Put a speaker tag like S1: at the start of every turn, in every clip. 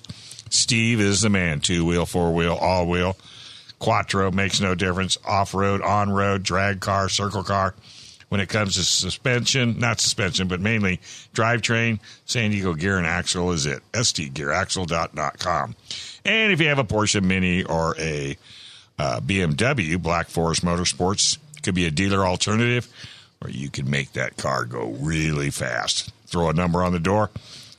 S1: Steve is the man. Two wheel, four wheel, all wheel. Quattro makes no difference. Off road, on road, drag car, circle car. When it comes to suspension, not suspension, but mainly drivetrain, San Diego Gear and Axle is it. STGearAxle.com. And if you have a Porsche Mini or a uh, BMW, Black Forest Motorsports could be a dealer alternative, or you can make that car go really fast. Throw a number on the door.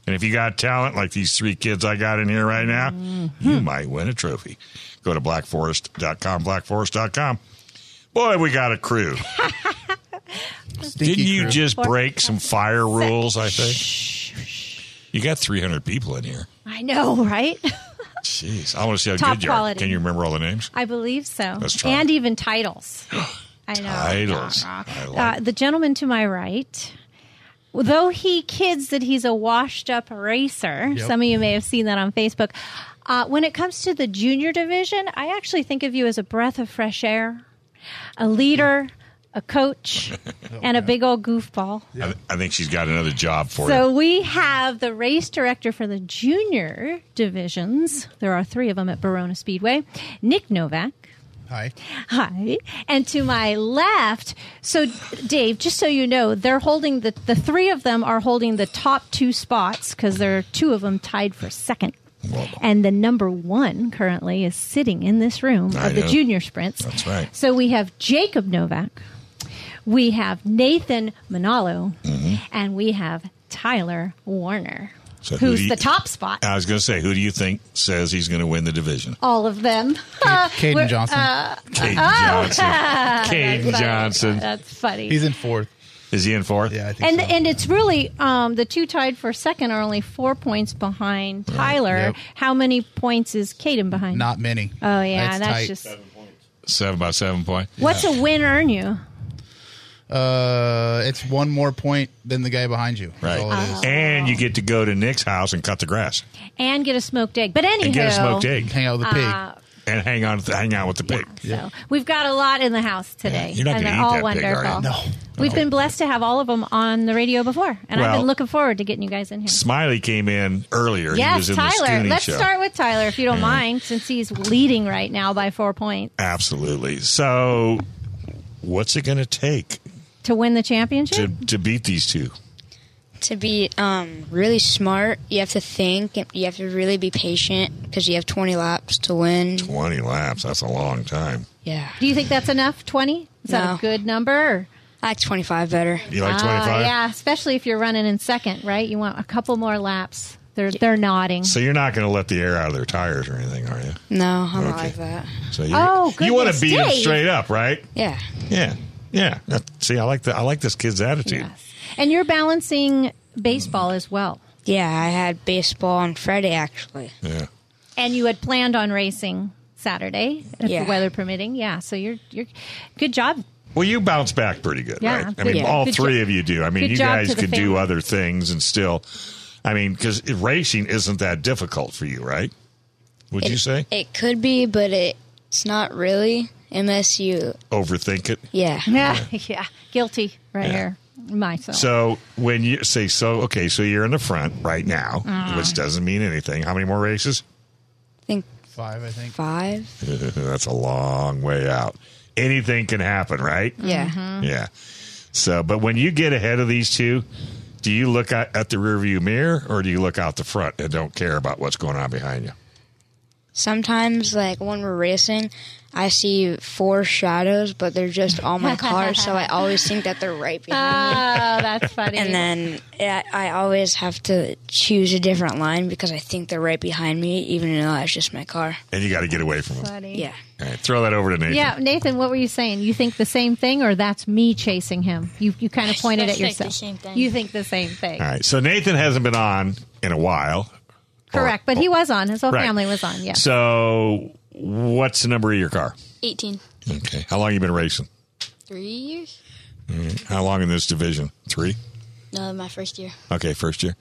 S1: And if you got talent like these three kids I got in here right now, you
S2: Mm-hmm.
S1: might win a trophy. Go to blackforest.com, blackforest.com. Boy, we got a crew. Didn't you just break some fire rules, I think? You got 300 people in here.
S2: I know, right?
S1: Jeez, I want to see how
S2: Top
S1: good you are.
S2: quality.
S1: Can you remember all the names?
S2: I believe so.
S1: Let's try
S2: and
S1: it.
S2: even titles. I know.
S1: Titles.
S2: Uh,
S1: I like-
S2: uh, the gentleman to my right, though he kids that he's a washed up racer, some of you may have seen that on Facebook. Uh, when it comes to the junior division, I actually think of you as a breath of fresh air, a leader, a coach, and a big old goofball.
S1: I, th- I think she's got another job for you.
S2: So we have the race director for the junior divisions. There are three of them at Barona Speedway, Nick Novak.
S3: Hi.
S2: Hi. And to my left, so Dave, just so you know, they're holding the, the three of them are holding the top two spots because there are two of them tied for second. And the number one currently is sitting in this room
S1: I
S2: of the
S1: know.
S2: junior sprints.
S1: That's right.
S2: So we have Jacob Novak, we have Nathan Manalo,
S1: Mm-hmm.
S2: and we have Tyler Warner,
S1: So who
S2: who's
S1: do you-
S2: the top spot.
S1: I was going to say, who do you think says he's going to win the division?
S2: all of them. uh, oh,
S3: Caden Johnson.
S1: Caden Johnson. Caden Johnson.
S2: That's funny.
S3: He's in fourth.
S1: Is he in fourth?
S3: Yeah, I think
S2: and
S3: so.
S2: and it's really um, the two tied for second are only four points behind Tyler.
S3: Yep.
S2: How many points is Caden behind?
S3: Not many.
S2: Oh yeah, that's,
S3: tight.
S2: just
S1: Seven by seven point.
S2: what's a win earn you?
S3: Uh, it's one more point than the guy behind you.
S1: Right.
S3: That's all it is.
S1: And you get to go to Nick's house and cut the grass
S2: And get a smoked egg. But anyhow,
S1: and get a smoked egg Oh,
S3: Hang out with the pig.
S1: and hang on, hang out with the pig.
S2: uh, So we've got a lot in the house today.
S1: Yeah, you're not
S2: and
S1: gonna
S2: they're
S1: eat
S2: all
S1: that pig,
S2: wonderful.
S1: are you? No.
S2: We've been blessed to have all of them on the radio before, and I've
S1: Well-
S2: been looking forward to getting you guys in here.
S1: Smiley came in earlier. he
S2: Yes,
S1: was in the
S2: Tyler.
S1: Scooney
S2: Let's
S1: show.
S2: start with Tyler, if you don't mind, since he's leading right now by four points
S1: Absolutely. So, what's it going to take
S2: to win the championship.
S1: to, to beat these two?
S4: to be um, really smart, you have to think. You have to really be patient because you have 20 laps to win.
S1: 20 laps. That's a long time.
S2: Mm-hmm.
S4: Yeah,
S2: Do you think that's enough? Twenty? Is that
S4: No.
S2: a good number?
S4: I like 25 better.
S1: You like
S2: Ah,
S1: 25?
S2: yeah, especially if you're running in second, right? You want a couple more laps. They're they're nodding.
S1: So, you're not going to let the air out of their tires or anything, are you?
S4: No, I'm not
S1: Okay.
S4: like that.
S1: So you,
S2: Oh,
S1: you want
S2: goodness,
S1: to beat him
S2: Dave.
S1: straight up, right?
S4: Yeah,
S1: Yeah, yeah. That- see, I like the I like this kid's attitude.
S2: Yes. And you're balancing baseball as well.
S4: yeah. I had baseball on Friday actually.
S1: Yeah.
S2: And you had planned on racing Saturday, if
S4: Yeah.
S2: the weather permitting. Yeah, so you're you're good job.
S1: Well, you bounce back pretty good,
S2: Yeah,
S1: right? I
S2: good-
S1: mean,
S2: yeah.
S1: all
S2: Good
S1: three
S2: jo-
S1: of you do. I mean,
S2: good
S1: you
S2: job
S1: guys
S2: to the
S1: could do
S2: family.
S1: other things and still, I mean, because racing isn't that difficult for you, right? Would you say
S4: It could be, but it, it's not really. MSU.
S1: overthink it?
S4: Yeah.
S2: Yeah, yeah, guilty right
S1: Yeah.
S2: here myself.
S1: So when you say so, okay, so you're in the front right now, which doesn't mean anything. How many more races?
S4: I think
S3: Five, I think.
S4: five.
S1: That's a long way out. Anything can happen, right?
S4: Yeah.
S1: Yeah. So, but when you get ahead of these two, do you look at, at the rearview mirror or do you look out the front and don't care about what's going on behind you?
S4: Sometimes, like when we're racing, I see four shadows, but they're just all my cars, so I always think that they're right behind me.
S2: oh, that's funny.
S4: And then I, I always have to choose a different line because I think they're right behind me, even though it's just my car.
S1: And you got to get away from them.
S2: funny.
S4: Yeah.
S1: All right, throw that over to Nathan.
S2: Yeah, Nathan, what were you saying? You think the same thing, or that's me chasing him? You you kind of pointed
S5: think
S2: at
S5: the
S2: yourself.
S5: same thing.
S2: You think the same thing,
S1: All right. So Nathan hasn't been on in a while.
S2: correct? But he was on. His whole
S1: Right.
S2: family was on. Yeah,
S1: So what's the number of your car?
S5: 18.
S1: Okay. How long you been racing?
S5: Three years?
S1: Mm-hmm. How long in this division? Three?
S5: No, my first year.
S1: Okay, first year.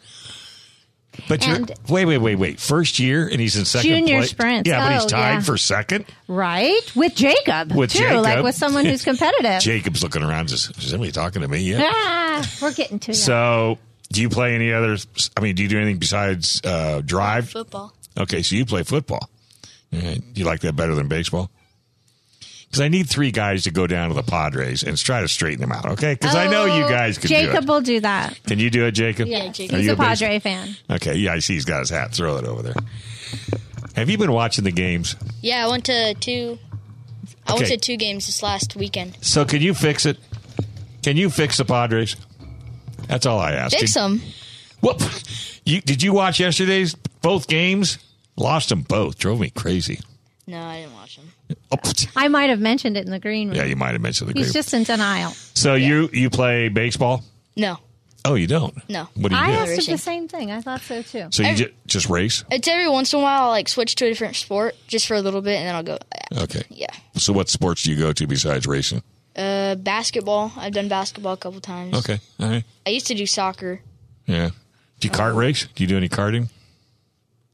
S1: But you're,
S2: And-
S1: wait, wait, wait, wait. First year, and he's in second
S2: Junior
S1: place.
S2: sprints.
S1: Yeah, but he's
S2: Oh,
S1: tied
S2: yeah.
S1: for second.
S2: right with Jacob
S1: With
S2: too,
S1: Jacob.
S2: like with someone who's competitive.
S1: Jacob's looking around. Just is anybody talking to me? Yeah.
S2: ah, we're getting to you.
S1: So, do you play any other? I mean, do you do anything besides uh, drive?
S5: Football.
S1: Okay, so you play football. All right. You like that better than baseball? Because I need three guys to go down to the Padres and try to straighten them out. Okay, because I know you
S2: Oh,
S1: guys can
S2: Jacob
S1: do it.
S2: will do that.
S1: Can you do it, Jacob?
S5: Yeah, Jacob.
S1: Are
S2: He's
S1: you
S2: a
S1: a base-
S2: Padre fan.
S1: Okay, yeah, I see. He's got his hat. Throw it over there. Have you been watching the games?
S5: Yeah, I went to two. I went
S1: Okay.
S5: to two games this last weekend.
S1: So can you fix it? Can you fix the Padres? That's all I asked.
S5: Fix them.
S1: Whoop. You, did you watch yesterday's both games? Lost them both. Drove me crazy.
S5: No, I didn't watch them.
S1: Oh, pfft.
S2: I might have mentioned it in the green room.
S1: yeah, you might have mentioned the
S2: He's
S1: group.
S2: just in denial.
S1: so you you play baseball?
S5: No.
S1: Oh, you don't.
S5: No.
S1: What do you
S2: I
S1: do?
S2: asked him
S5: Racing.
S2: the same thing. I thought so too.
S1: so you ju- just race?
S5: It's every once in a while, I like switch to a different sport just for a little bit, and then I'll go.
S1: Okay.
S5: Yeah.
S1: So what sports do you go to besides racing?
S5: Uh, basketball. I've done basketball a couple times.
S1: Okay. All right.
S5: I used to do soccer.
S1: Yeah. Do you kart race? Do you do any karting?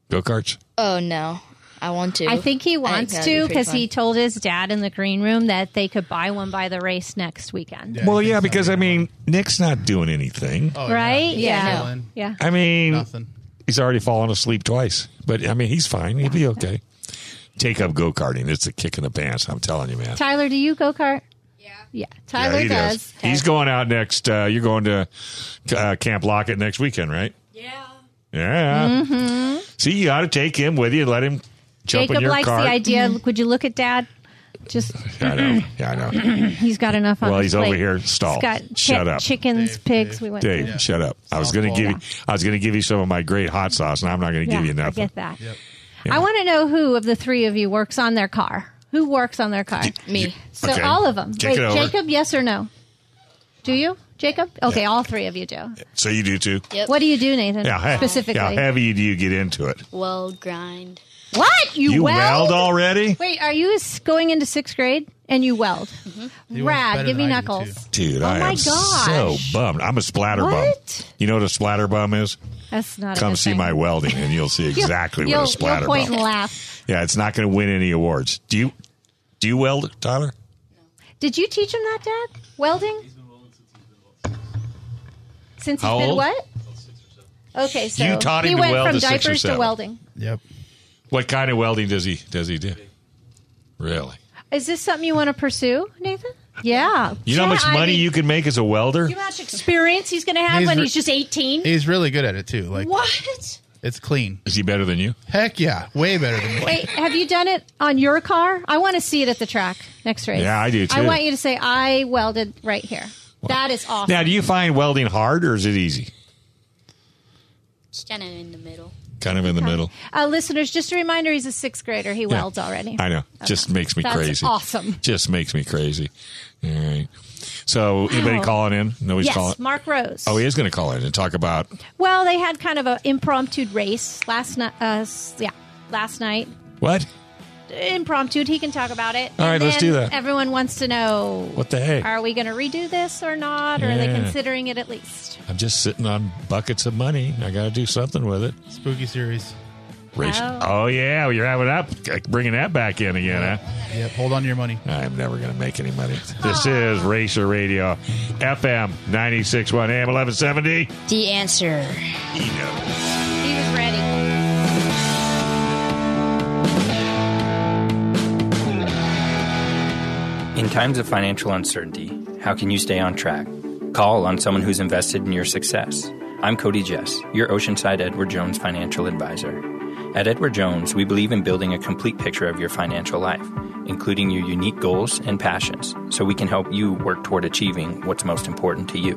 S1: Go karts?
S5: Oh no, I want to.
S2: I think he wants
S5: that'd be
S2: to
S5: pretty
S2: because he
S5: fun.
S2: told his dad in the green room that they could buy one by the race next weekend.
S1: Well, yeah, because I mean, Nick's not doing anything.
S3: Oh,
S2: Right?
S5: Yeah,
S2: Yeah.
S3: no.
S2: Yeah.
S1: I mean,
S3: Nothing.
S1: he's already fallen asleep twice, but I mean, he's fine. He'll be okay. Take up go karting. It's a kick in the pants. I'm telling you, man.
S2: Tyler, do you go kart? Yeah. Yeah. Tyler
S1: he
S2: does.
S1: He's going out next. Uh, you're going to uh, Camp Lockett next weekend, right? Yeah. Yeah. Mm-hmm. See, you ought to take him with you. Let him jump
S2: Jacob
S1: in your
S2: likes
S1: car.
S2: the idea. Would you look at dad? Just
S1: Yeah, I know. Yeah, I know.
S2: he's got enough on
S1: Well,
S2: his
S1: he's over
S2: plate.
S1: here stalled.
S2: He's got
S1: Shut
S2: chi-
S1: up.
S2: chickens,
S3: Dave,
S2: pigs.
S3: Dave.
S2: We went
S1: Dave,
S2: through.
S1: shut up. I was going to
S3: Softball.
S1: give you. I was going to give you some of my great hot sauce, and I'm not going to
S2: Yeah,
S1: give you
S2: I
S1: nothing.
S2: get that. I want to know who of the three of you works on their car. Who works on their car?
S5: me.
S2: So
S1: Okay.
S2: all of them.
S1: Take
S2: Wait,
S1: it over.
S2: Jacob, yes or no? Do you, Jacob? Okay, all three of you do.
S1: So you do too.
S5: Yep.
S2: What do you do, Nathan?
S1: Yeah. he-
S2: Uh, specifically.
S1: How heavy do you get into it?
S5: Weld grind.
S2: What you,
S1: You
S2: weld?
S1: weld already?
S2: Wait, are you s- going into sixth grade and you weld?
S1: Mm-hmm.
S3: He works
S2: Rad,
S3: better
S2: give me
S3: than I do,
S2: knuckles. Oh
S3: too.
S1: Dude, I
S2: my
S1: am so
S2: gosh.
S1: bummed. I'm a splatter bum.
S2: What?
S1: You know what a splatter bum is?
S2: That's not. a
S1: Come
S2: good
S1: see
S2: thing.
S1: my welding, and you'll see
S2: You'll-
S1: exactly
S2: you'll,
S1: what a splatter
S2: you'll point
S1: bum.
S2: and laugh.
S1: Yeah, it's not going to win any awards. Do you? Do you weld, Tyler?
S2: Did you teach him that, Dad? Welding. Since he's
S1: How
S2: been
S1: old?
S2: what? Okay, so
S1: You taught him
S2: he
S1: to
S2: went
S1: weld
S2: from
S1: at six or
S2: diapers to
S1: seven.
S2: welding.
S3: Yep.
S1: What kind of welding does he does he do? Really?
S2: Is this something you want to pursue, Nathan? Yeah.
S1: You know how
S2: Yeah,
S1: much
S2: I
S1: money
S2: mean,
S1: you can make as a welder?
S2: you know how much experience he's going to have
S3: He's
S2: when
S3: re-
S2: he's just eighteen.
S3: He's really good at it too. Like
S2: what?
S3: it's clean.
S1: Is he better than you?
S3: Heck yeah, way better than me.
S2: Wait, have you done it on your car? I want to see it at the track next race.
S1: Yeah, I do,
S2: I
S1: too.
S2: want you to say I welded right here. That is awesome.
S1: Now, do you find welding hard or is it easy?
S5: It's kind of in the middle.
S1: Kind of in the middle.
S2: uh, listeners, just a reminder: he's a sixth grader. He welds already.
S1: I know. Just makes me
S2: That's
S1: crazy.
S2: awesome.
S1: Just makes me crazy. All right. So, anybody
S2: Wow.
S1: calling in? Nobody's
S2: yes,
S1: calling.
S2: Mark Rose.
S1: Oh, he is going to call in and talk about.
S2: Well, they had kind of an impromptu race last night. Uh, s- yeah, last night.
S1: What?
S2: impromptu. He can talk about it.
S6: All right,
S2: And
S6: let's
S2: then
S6: do that.
S2: Everyone wants to know
S6: What the heck?
S2: Are we going to redo this or not? Or are they
S6: Yeah.
S2: considering it at least?
S6: I'm just sitting on buckets of money. I got to do something with it.
S3: Spooky series.
S6: Ration.
S1: Oh yeah, well, you're having that, bringing that back in again, huh?
S3: Yep. Hold on to your money.
S6: I'm never going to make any money.
S1: This is Racer Radio, FM 96.1 AM 1170.
S4: The answer.
S2: He was ready.
S7: In times of financial uncertainty, how can you stay on track? Call on someone who's invested in your success. I'm Cody Jess, your Oceanside Edward Jones financial advisor. At Edward Jones, we believe in building a complete picture of your financial life, including your unique goals and passions, so we can help you work toward achieving what's most important to you.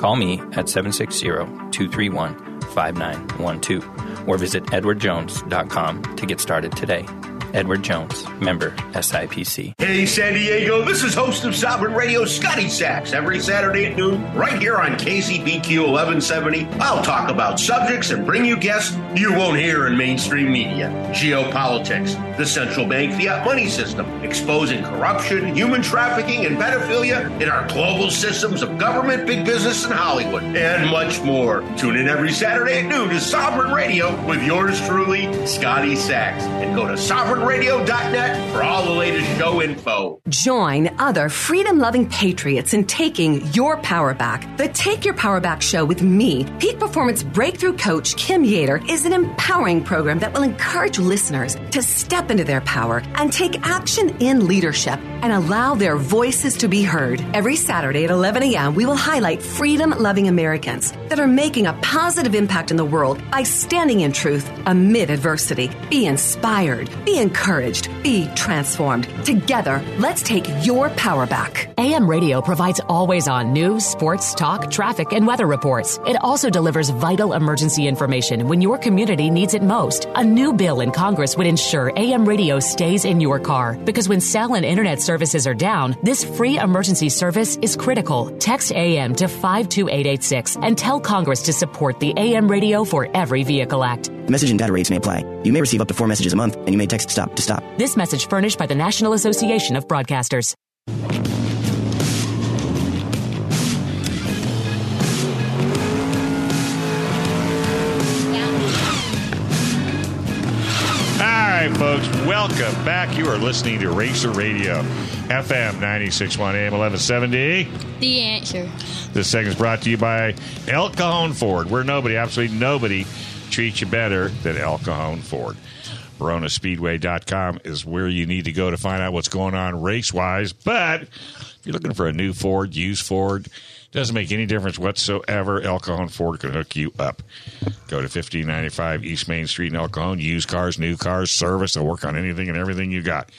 S7: Call me at 760 231 5912 or visit edwardjones.com to get started today. Edward Jones, member SIPC.
S8: Hey, San Diego, this is host of Sovereign Radio, Scotty Sachs, every Saturday at noon, right here on KCBQ 1170. I'll talk about subjects and bring you guests you won't hear in mainstream media geopolitics, the central bank fiat money system, exposing corruption, human trafficking, and pedophilia in our global systems of government, big business, and Hollywood, and much more. Tune in every Saturday at noon to Sovereign Radio with yours truly, Scotty Sachs, and go to sovereignradio.net for all the latest show info.
S9: Join other freedom loving patriots in taking your power back. The Take Your Power Back show with me, peak performance breakthrough coach Kim Yater, is an empowering program that will encourage listeners to step into their power and take action in leadership and allow their voices to be heard. Every Saturday at 11 a.m., we will highlight freedom loving Americans that are making a positive impact in the world by standing in truth amid adversity. Be inspired, be encouraged, be transformed. Together, let's take your power back.
S10: AM radio provides always on news, sports, talk, traffic, and weather reports. It also delivers vital emergency information when your community needs it most. A new bill in Congress would ensure AM radio stays in your car because when cell and internet services are down, this free emergency service is critical. Text AM to 52886 and tell Congress to support the AM radio for every vehicle act.
S11: Message and data rates may apply. You may receive up to four messages a month, and you may text stop to stop.
S10: This message furnished by the National Association of Broadcasters.
S1: All right, folks, welcome back. You are listening to Racer Radio, FM 96.1 AM 1170.
S5: The answer.
S1: This segment is brought to you by El Cajon Ford, where nobody, absolutely nobody, treats you better than El Cajon Ford. RonaSpeedway.com is where you need to go to find out what's going on race wise. But if you're looking for a new Ford, used Ford, doesn't make any difference whatsoever. El Cajon Ford can hook you up. Go to 1595 East Main Street in El Cajon. Used cars, new cars, service. They'll work on anything and everything you got.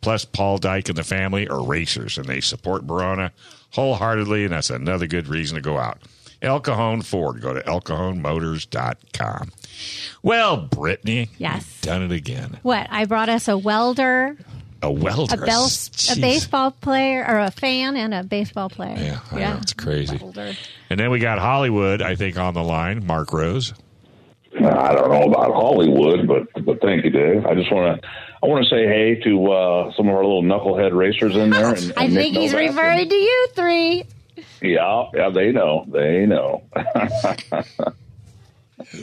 S1: Plus, Paul Dyke and the family are racers, and they support Verona wholeheartedly, and that's another good reason to go out. El Cajon Ford. Go to elcajonmotors.com. Well, Brittany.
S2: Yes.
S1: you've Done it again.
S2: What? I brought us a welder,
S1: A welder.
S2: a, bel- a
S1: Jeez.
S2: baseball player, or a fan, and a baseball player.
S1: Yeah, I know, it's crazy.
S2: Welder.
S1: And then we got Hollywood, I think, on the line. Mark Rose.
S12: I don't know about Hollywood, but but thank you, Dave. I just want to I want to say hey to uh, some of our little knucklehead racers in there. And, and
S2: I
S12: Nick
S2: think he's
S12: Novak.
S2: referring to you three.
S12: Yeah, yeah, they know, they know.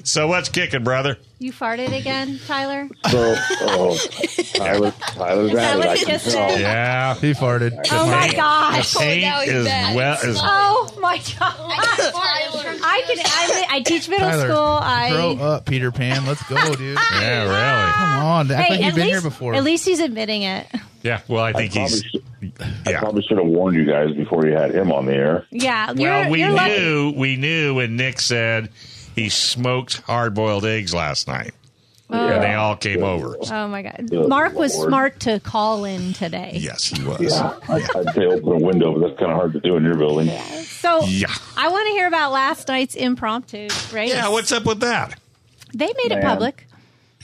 S1: So what's kicking, brother?
S2: You farted again, Tyler.
S12: So oh, Tyler, Tyler's
S2: Is that
S12: at it.
S2: what
S12: I
S2: he
S12: can
S2: just
S12: tell.
S2: said?
S1: Yeah,
S3: he farted.
S2: Oh my gosh.
S1: The
S3: Oh,
S1: paint is well is
S2: Oh my god! I can. I, I teach middle
S3: Tyler,
S2: school. I
S3: grow up, Peter Pan. Let's go, dude.
S1: yeah, really.
S3: Come on, act
S2: Hey,
S3: like you've
S2: at
S3: been
S2: least,
S3: here before.
S2: At least he's admitting it.
S1: Yeah, well, I think
S12: he's. I probably should have warned you guys before you had him on the air.
S2: Yeah.
S1: Well,
S2: you're,
S1: we
S2: you're lucky.
S1: knew we knew when Nick said he smoked hard boiled eggs last night,
S2: Oh.
S1: and they all came over.
S2: Oh my god!
S1: Good
S2: Mark was
S1: Lord.
S2: smart to call in today.
S1: Yes, he was.
S12: Yeah, I, I'd say open a window, but that's kind of hard to do in your building.
S2: So I want to hear about last night's impromptu race.
S12: Yeah, what's
S1: up with that?
S2: They made it
S12: Man.
S2: public.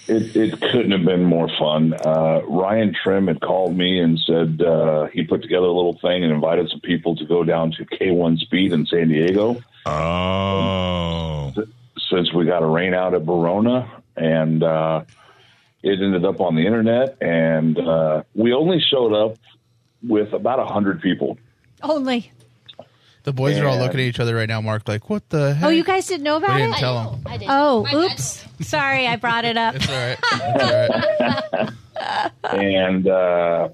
S12: It, it couldn't have been more fun. Uh, Ryan Trim had called me and said uh, he put together a little thing and invited some people to go down to K1 Speed in San Diego.
S1: Oh.
S12: Since we got a rain out at Verona, and uh, It ended up on the internet, and uh, we only showed up with about hundred people.
S2: Only.
S3: The boys are all
S12: Yeah.
S3: looking at each other right now, Mark, like, what the heck?
S2: Oh, you guys didn't know about
S3: didn't
S2: it?
S3: tell 'em.
S2: I Oh, oops. Sorry, I brought it up.
S3: It's all right.
S12: and uh,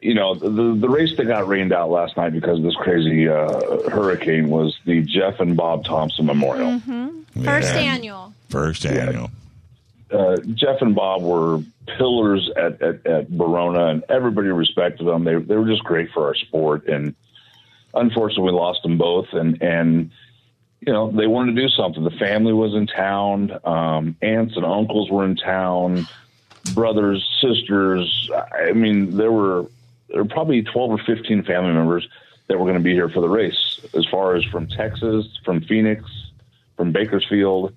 S12: you know the the race that got rained out last night because of this crazy uh, hurricane was the Jeff and Bob Thompson Memorial.
S2: Hmm? First
S12: Yeah.
S2: annual.
S1: First annual.
S12: Uh, Jeff and Bob were pillars at, at, at Verona, and everybody respected them. They they were just great for our sport, and unfortunately, we lost them both. And and you know they wanted to do something. The family was in town. Um, aunts and uncles were in town. Brothers, sisters. I mean, there were there were probably twelve or fifteen family members that were going to be here for the race. As far as from Texas, from Phoenix, from Bakersfield.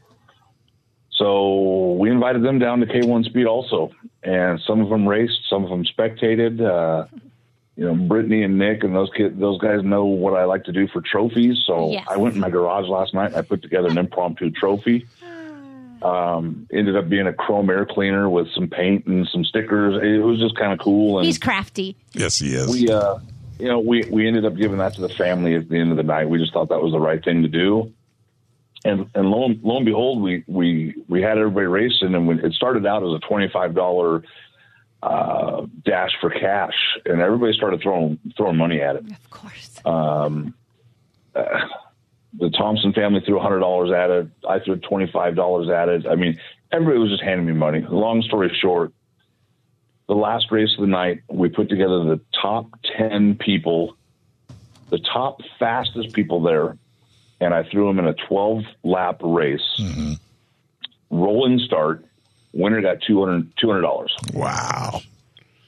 S12: So we invited them down to K1 Speed also, and some of them raced, some of them spectated. Uh, you know, Brittany and Nick and those kids, those guys know what I like to do for trophies. So
S13: Yes.
S12: I went in my garage last night. and I put together an impromptu trophy. Um, ended up being a chrome air cleaner with some paint and some stickers. It was just kind of cool. And
S2: He's crafty.
S1: Yes, he is.
S12: we, uh, you know, we, we ended up giving that to the family at the end of the night. We just thought that was the right thing to do. And, and lo, and, lo and behold, we, we, we had everybody racing and we, it started out as a $25, uh, dash for cash and everybody started throwing, throwing money at it. Of course. Um, uh, the Thompson family threw hundred dollars at it. I threw twenty-five dollars at it. I mean, everybody was just handing me money. Long story short, the last race of the night, we put together the top 10 people, the top fastest people there, and I threw them in a 12 lap race, rolling start. Winner got 200 dollars.
S1: Wow!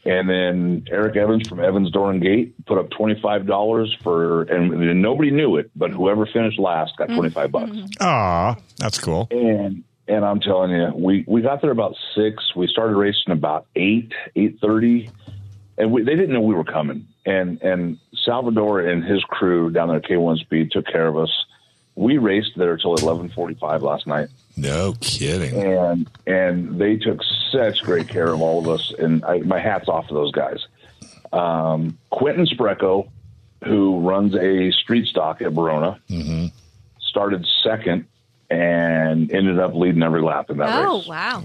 S12: And then Eric Evans from Evans Door and Gate put up twenty five dollars for, and, and nobody knew it, but whoever finished last got twenty five bucks.
S1: Aw, that's cool.
S12: And and I'm telling you, we we got there about six. We started racing about eight, eight thirty, and we, they didn't know we were coming. And and Salvador and his crew down there at K1 Speed took care of us. We raced there till eleven forty five last night.
S6: No kidding.
S12: And and they took such great care of all of us. And I, my hats off to those guys. Um, Quentin Sprecco, who runs a street stock at Verona,
S6: Mm-hmm.
S12: started second and ended up leading every lap in that race.
S2: Oh, wow.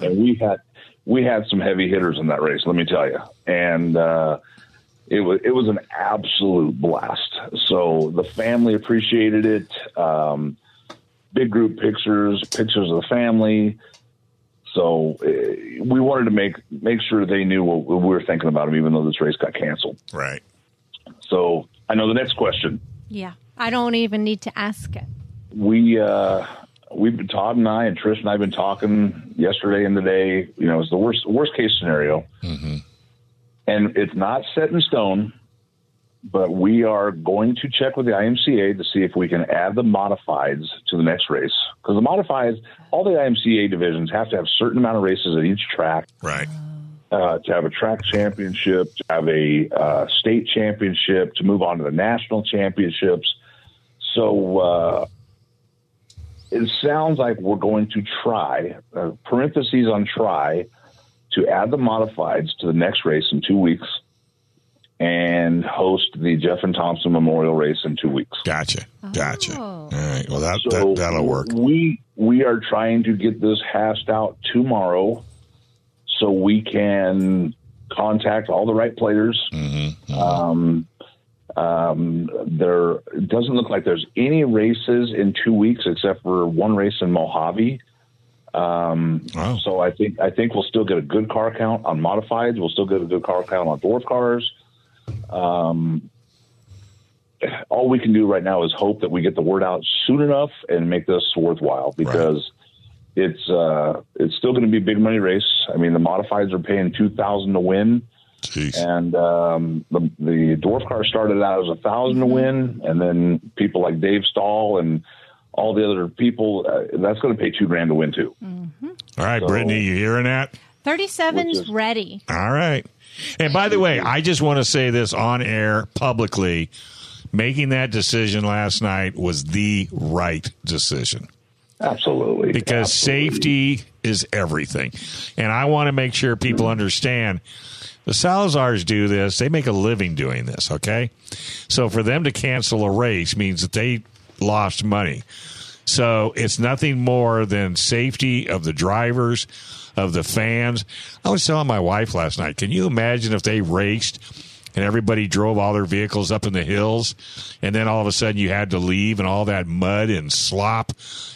S12: And we had we had some heavy hitters in that race, let me tell you. And uh, it was it was an absolute blast. So the family appreciated it. Um, big group pictures, pictures of the family. So uh, we wanted to make make sure they knew what we were thinking about them, even though this race got canceled.
S1: Right.
S12: So I know the next question.
S2: Yeah. I don't even need to ask it.
S12: we uh we've been Todd and I and Trish and I've been talking yesterday and today. You know, it's the worst worst case scenario, and it's not set in stone. But we are going to check with the IMCA to see if we can add the modifieds to the next race because the modifieds, all the IMCA divisions have to have certain amount of races at each track,
S1: right?
S12: Uh, to have a track championship, to have a uh, state championship, to move on to the national championships. So uh, it sounds like we're going to try, uh, parentheses on try, to add the modifieds to the next race in two weeks and host the Jeff and Thompson Memorial Race in two weeks.
S1: Gotcha. Gotcha. All right. Well, that, that that'll work.
S12: We we are trying to get this hashed out tomorrow, so we can contact all the right players.
S1: Mm-hmm.
S12: Um, um, there it doesn't look like there's any races in two weeks except for one race in Mojave. Um, So I think I think we'll still get a good car count on modifieds. We'll still get a good car count on dwarf cars. Um, all we can do right now is hope that we get the word out soon enough and make this worthwhile because it's uh, it's still going to be a big money race. I mean, the modifieds are paying two thousand to win, and um, the, the dwarf car started out as a 1000 to win, and then people like Dave Stahl and all the other people uh, that's going to pay two grand to win too.
S1: All right, Brittany, you hearing that?
S2: 37's ready.
S1: All right. And by the way, I just want to say this on air publicly. Making that decision last night was the right decision.
S12: Absolutely.
S1: Because safety is everything. And I want to make sure people understand the Salazars do this. They make a living doing this, okay? So for them to cancel a race means that they lost money. So it's nothing more than safety of the drivers, of the fans. I was telling my wife last night, can you imagine if they raced and everybody drove all their vehicles up in the hills and then all of a sudden you had to leave and all that mud and slop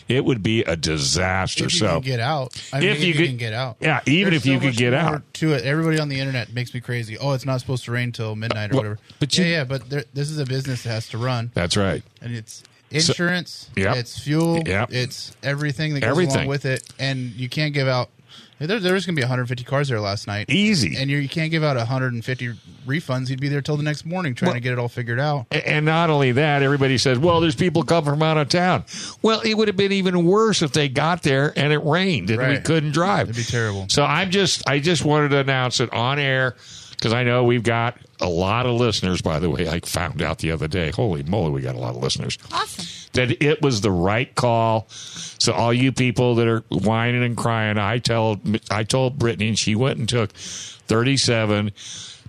S1: it would be a disaster
S3: If you
S1: so
S3: can get out, I mean, if, you, can get out,
S1: yeah, even if you
S3: so
S1: could
S3: much
S1: get
S3: more
S1: out.
S3: to it. Everybody on the internet makes me crazy. Oh, it's not supposed to rain till midnight or
S1: well,
S3: whatever.
S1: but
S3: But yeah, yeah, but there, this is a business that has to run,
S1: that's right
S3: and it's
S1: So-
S3: insurance,
S1: Yep.
S3: it's fuel,
S1: Yep.
S3: it's everything that goes
S1: Everything.
S3: along with it, and you can't give out. There, there was going to be 150 cars there last night,
S1: Easy.
S3: and you, you can't give out 150 refunds. You'd be there till the next morning trying to get it all figured out.
S1: A- and not only that everybody says well there's people come from out of town well it would have been even worse if they got there and it rained and we
S3: Right.
S1: couldn't drive
S3: It'd be terrible.
S1: So I'm just I just wanted to announce it on air because I know we've got a lot of listeners. By the way, I found out the other day. Holy moly, we got a lot of listeners. Awesome. That it was the right call. So all you people that are whining and crying, I tell I told Brittany, and she went and took 37.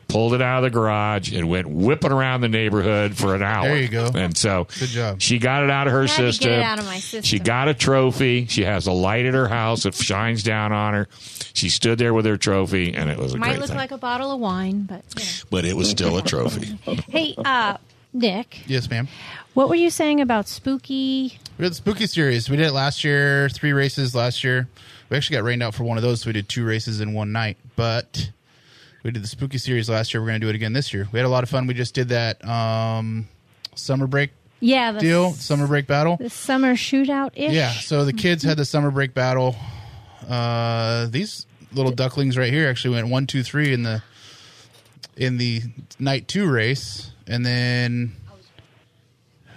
S1: Pulled it out of the garage and went whipping around the neighborhood for an hour.
S3: There you go.
S1: And so
S3: Good job.
S1: she got it out of her
S2: I had to get
S1: system.
S2: it out of my system.
S1: She got a trophy. She has a light at her house that shines down on her. She stood there with her trophy, and it was a
S2: Might
S1: great
S2: look
S1: thing.
S2: like a bottle of wine, but you
S1: but it was still a trophy.
S2: know. hey, uh, Nick,
S3: Yes, ma'am.
S2: what were you saying about spooky?
S3: We did the spooky series. We did it last year, three races last year. We actually got rained out for one of those, so we did two races in one night. But we did the spooky series last year. We're going to do it again this year. We had a lot of fun. We just did that um, summer break
S2: Yeah, the,
S3: deal, summer break battle.
S2: the summer shootout ish.
S3: Yeah, so the kids had the summer break battle. Uh, these little ducklings right here actually went one, two, three in the in the night two race, and then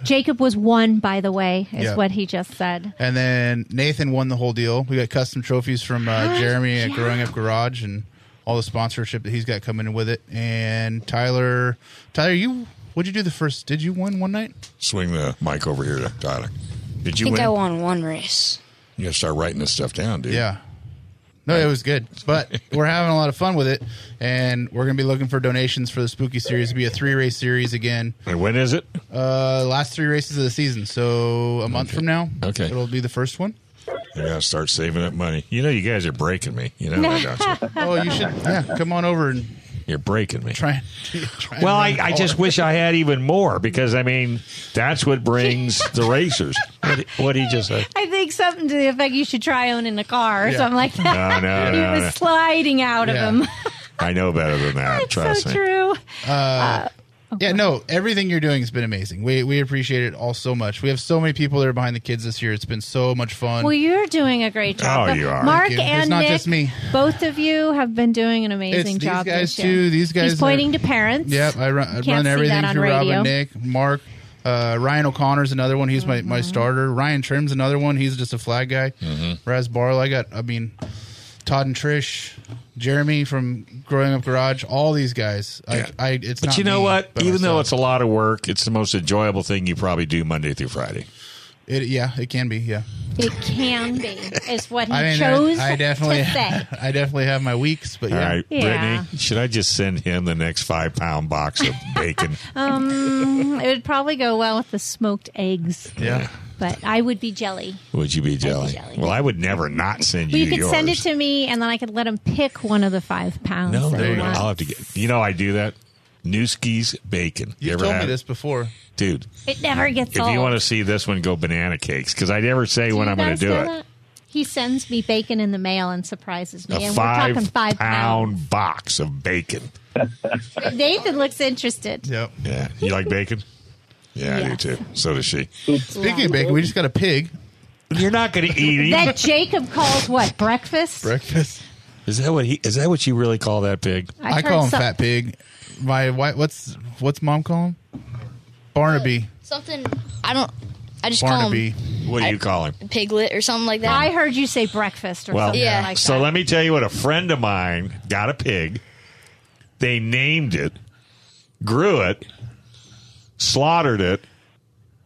S2: Jacob was one, by the way, is
S3: Yeah.
S2: what he just said.
S3: And then Nathan won the whole deal. We got custom trophies from uh,
S2: Huh?
S3: Jeremy at
S2: Yeah.
S3: Growing Up Garage and all the sponsorship that he's got coming in with it. And Tyler, Tyler, you what'd you do the first? Did you win one night?
S1: Swing the mic over here to Tyler. Did
S4: I
S1: you
S4: think
S1: win?
S4: I won one race.
S1: You gotta start writing this stuff down, dude.
S3: Yeah. No, it was good, but we're having a lot of fun with it, and we're gonna be looking for donations for the Spooky Series. It'll be a three race series again.
S1: And when is it?
S3: Uh, last three races of the season, so a month from now.
S1: Okay.
S3: it'll be the first one.
S1: I gotta start saving that money. You know, you guys are breaking me. You know, that, don't you?
S3: oh, you should. Yeah, come on over and
S1: you're breaking me.
S3: try. try and
S1: Well,
S3: run
S1: I,
S3: the
S1: I
S3: car.
S1: just wish I had even more because I mean that's what brings the racers. What, what he just said.
S2: I think something to the effect you should try owning a car or
S1: Yeah.
S2: something like that.
S1: No, no,
S2: he
S1: no,
S2: was
S1: no.
S2: sliding out
S3: Yeah.
S2: of him.
S1: I know better than that. trust
S2: so
S1: me.
S2: true.
S3: Uh,
S2: oh,
S3: yeah, no, everything you're doing has been amazing. We we appreciate it all so much. We have so many people that are behind the kids this year. It's been so much fun.
S2: Well, you're doing a great job.
S3: Oh, you are.
S2: Mark
S3: Thank you. It's
S2: and
S3: not
S2: Nick,
S3: just me.
S2: both of you have been doing an
S3: It's
S2: amazing
S3: these
S2: job.
S3: guys
S2: this year.
S3: too. These guys are-
S2: He's pointing to parents.
S3: Yep, I run, I
S2: Can't
S3: run
S2: see
S3: everything
S2: that on
S3: through
S2: radio.
S3: Robin, Nick, Mark. Uh, Ryan O'Connor's another one. He's my,
S2: Mm-hmm.
S3: my starter. Ryan Trim's another one. He's just a flag guy.
S1: Mm-hmm.
S3: Raz Barl, I got, I mean, Todd and Trish, Jeremy from Growing Up Garage, all these guys. I, I, it's
S1: But
S3: not
S1: you know
S3: me,
S1: what?
S3: but
S1: Even though
S3: myself.
S1: it's a lot of work, it's the most enjoyable thing you probably do Monday through Friday.
S3: It, yeah, it can be. Yeah.
S2: It can be, is what he
S3: I mean, I-
S2: chose
S3: I, definitely,
S2: to say.
S3: I definitely have my weeks, but yeah.
S1: All right,
S2: Yeah.
S1: Brittany, should I just send him the next five pound box of bacon?
S2: Um, it would probably go well with the smoked eggs.
S1: Yeah.
S2: But I would be jelly.
S1: Would you be jelly? Well, I would never not send
S2: But you
S1: you
S2: could
S1: yours.
S2: send it to me, and then I could let him pick one of the five pounds.
S1: no,
S2: that
S1: there
S2: he
S1: you go.
S2: wants.
S1: I'll have to get. You know, I do that. Newski's bacon. You, ever
S3: told
S1: had
S3: me
S1: it?
S3: this before.
S1: dude.
S2: It never gets
S1: If
S2: old.
S1: you want to see this one, go banana cakes because I never say when
S2: You
S1: I'm going to
S2: guys
S1: do
S2: know
S1: it.
S2: that? He sends me bacon in the mail and surprises me,
S1: A
S2: and
S1: five,
S2: we're talking five pounds.
S1: pound box of bacon.
S2: Nathan looks interested.
S3: Yep.
S1: Yeah, you like bacon? Yeah, I
S2: Yes.
S1: do too. So does she.
S3: Speaking of bacon, we just got a pig.
S1: You're not going to eat
S2: That Jacob calls what breakfast?
S3: breakfast.
S1: Is that what he? Is that what you really call that pig?
S2: I've
S3: I, call
S2: heard
S3: him
S2: some-
S3: Fat Pig. My wife, what's what's mom call him? Barnaby.
S5: Something I don't. I just call
S3: Barnaby.
S5: him
S1: What do you call him?
S5: piglet or something like that.
S2: I heard you say breakfast or
S1: Well,
S2: something like that.
S1: so let me tell you what a friend of mine got a pig. They named it, grew it, slaughtered it,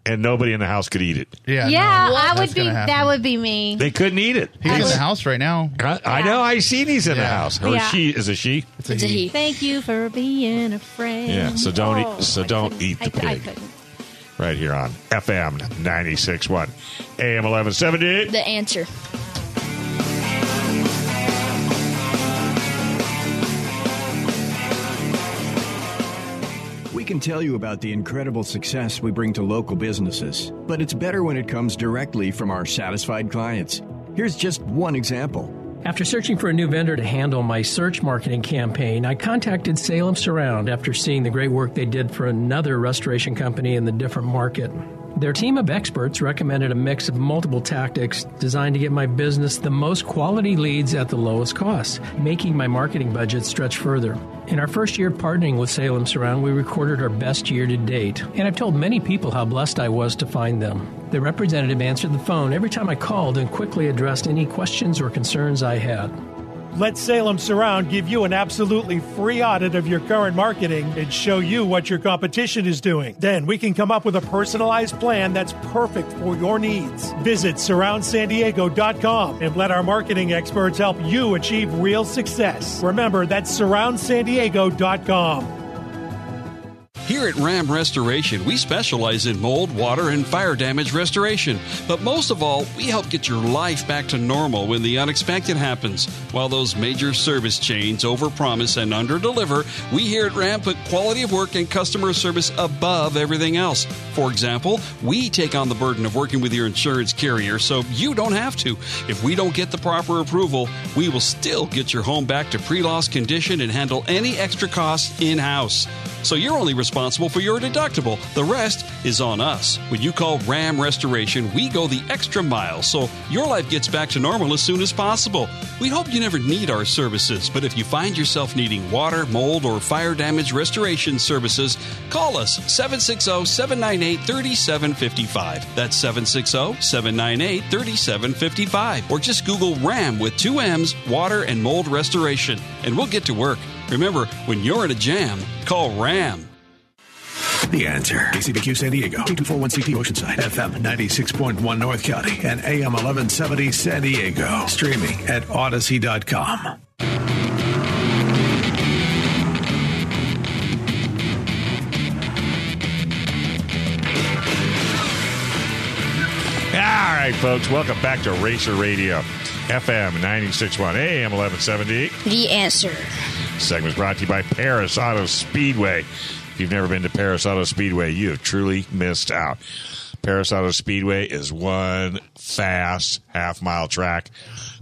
S1: and nobody in the house could eat it.
S2: Yeah, I would be. That would be me.
S1: They couldn't eat it.
S2: He's in the
S1: house right now. I, I know. I seen he's in the house. Or
S2: Yeah.
S1: she is a she.
S2: Thank you for being a friend.
S1: Yeah. So don't
S2: Oh,
S1: eat. So
S2: I
S1: don't
S2: couldn't-
S1: eat the
S2: I, I
S1: pig.
S2: couldn't.
S1: right here on FM 96.1, AM 1170.
S5: The answer.
S13: We can tell you about the incredible success we bring to local businesses, but it's better when it comes directly from our satisfied clients. Here's just one example.
S14: After searching for a new vendor to handle my search marketing campaign, I contacted Salem Surround after seeing the great work they did for another restoration company in the different market. Their team of experts recommended a mix of multiple tactics designed to get my business the most quality leads at the lowest cost, making my marketing budget stretch further. In our first year partnering with Salem Surround, we recorded our best year to date, and I've told many people how blessed I was to find them. The representative answered the phone every time I called and quickly addressed any questions or concerns I had.
S15: Let Salem Surround give you an absolutely free audit of your current marketing and show you what your competition is doing. Then we can come up with a personalized plan that's perfect for your needs. Visit surroundsandiego.com and let our marketing experts help you achieve real success. Remember, that's surroundsandiego.com.
S16: Here at Ram Restoration, we specialize in mold, water, and fire damage restoration. But most of all, we help get your life back to normal when the unexpected happens. While those major service chains overpromise and underdeliver, we here at Ram put quality of work and customer service above everything else. For example, we take on the burden of working with your insurance carrier so you don't have to. If we don't get the proper approval, we will still get your home back to pre loss condition and handle any extra costs in house. So you're only responsible for your deductible. The rest is on us. When you call Ram Restoration, we go the extra mile so your life gets back to normal as soon as possible. We hope you never need our services, but if you find yourself needing water, mold, or fire damage restoration services, call us 760 798 3755. That's 760 798 3755. Or just Google RAM with two M's, water, and mold restoration, and we'll get to work. Remember, when you're in a jam, call RAM.
S17: The answer. KCBQ San Diego, K241CT Oceanside, FM 96.1 North County, and AM 1170 San Diego. Streaming at odyssey.com.
S1: All right, folks, welcome back to Racer Radio, FM 96.1, AM 1170.
S4: The answer.
S1: Segment's brought to you by Paris Auto Speedway. If you've never been to Paris Auto Speedway, you have truly missed out. Paris Auto Speedway is one fast half mile track,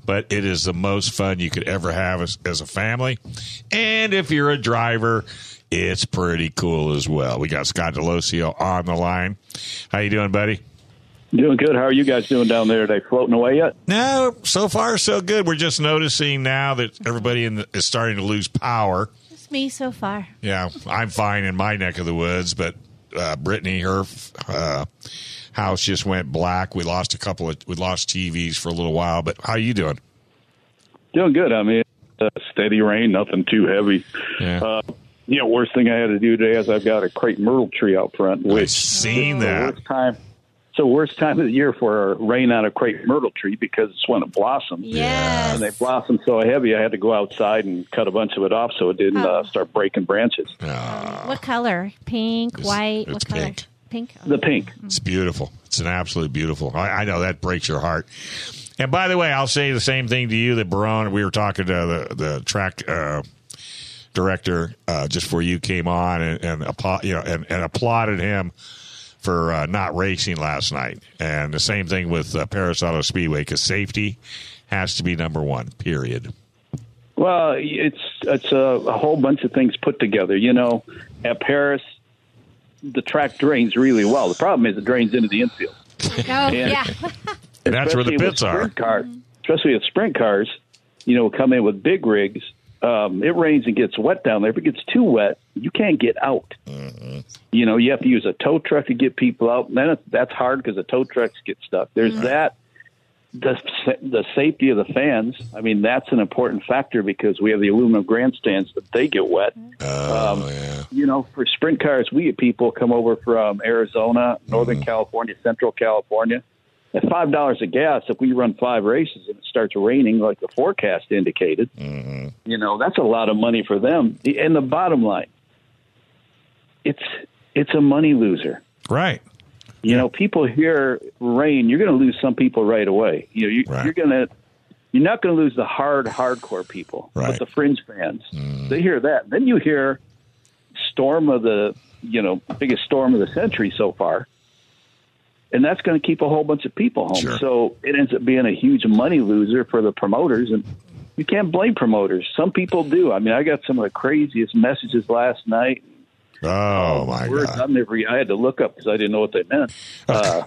S1: but it is the most fun you could ever have as, as a family. And if you're a driver, it's pretty cool as well. We got Scott Delosio on the line. How you doing, buddy?
S18: Doing good. How are you guys doing down there? Are they floating away yet?
S1: No, so far so good. We're just noticing now that everybody in the, is starting to lose power.
S2: It's me so far.
S1: Yeah, I'm fine in my neck of the woods, but uh, Brittany, her uh, house just went black. We lost a couple of we lost TVs for a little while. But how you doing?
S18: Doing good. I mean, uh, steady rain, nothing too heavy.
S1: Yeah.
S18: Uh, you know, worst thing I had to do today is I've got a crepe myrtle tree out front. Which
S1: seen
S18: is
S1: that.
S18: The worst time. It's the worst time of the year for a rain on a crepe myrtle tree because it's when it blossoms.
S2: Yeah.
S18: And they blossom so heavy, I had to go outside and cut a bunch of it off so it didn't uh, start breaking branches.
S1: Oh.
S2: What color? Pink, white. what color?
S1: pink.
S2: Pink.
S18: The pink.
S1: It's beautiful. It's an absolute beautiful. I, I know that breaks your heart. And by the way, I'll say the same thing to you that Barone. We were talking to the the track uh, director uh, just before you came on, and, and applaud you know and, and applauded him for uh, not racing last night. And the same thing with uh, Paris Auto Speedway because safety has to be number one. Period.
S18: Well, it's it's a, a whole bunch of things put together. You know, at Paris, the track drains really well. The problem is it drains into the infield.
S2: Oh, yeah.
S1: And that's where the
S18: Especially with
S1: pits are.
S18: sprint Car, especially with sprint cars, you know, come in with big rigs. Um, it rains and gets wet down there. If it gets too wet, you can't get out.
S1: Mm-hmm.
S18: You know, you have to use a tow truck to get people out. And then it, that's hard because the tow trucks get stuck. There's that. the the safety of the fans. I mean, that's an important factor because we have the aluminum grandstands, but they get wet.
S1: Oh,
S18: um, You know, for sprint cars, we get people come over from Arizona, Northern
S1: Mm-hmm.
S18: California, Central California. At five dollars a gas, if we run five races and it starts raining, like the forecast indicated, you know that's a lot of money for them. The- And the bottom line, it's it's a money loser.
S1: Right.
S18: You know, people hear rain, you're going to lose some people right away. You know, you, you're going to you're not going to lose the hard hardcore people,
S1: Right.
S18: but the fringe fans. They hear that. Then you hear storm of the, you know, biggest storm of the century so far. And that's going to keep a whole bunch of people home. So it ends up being a huge money loser for the promoters and you can't blame promoters. Some people do. I mean, I got some of the craziest messages last night.
S1: Oh my
S18: god! I'm never, I had to look up because I didn't know what they meant. Uh,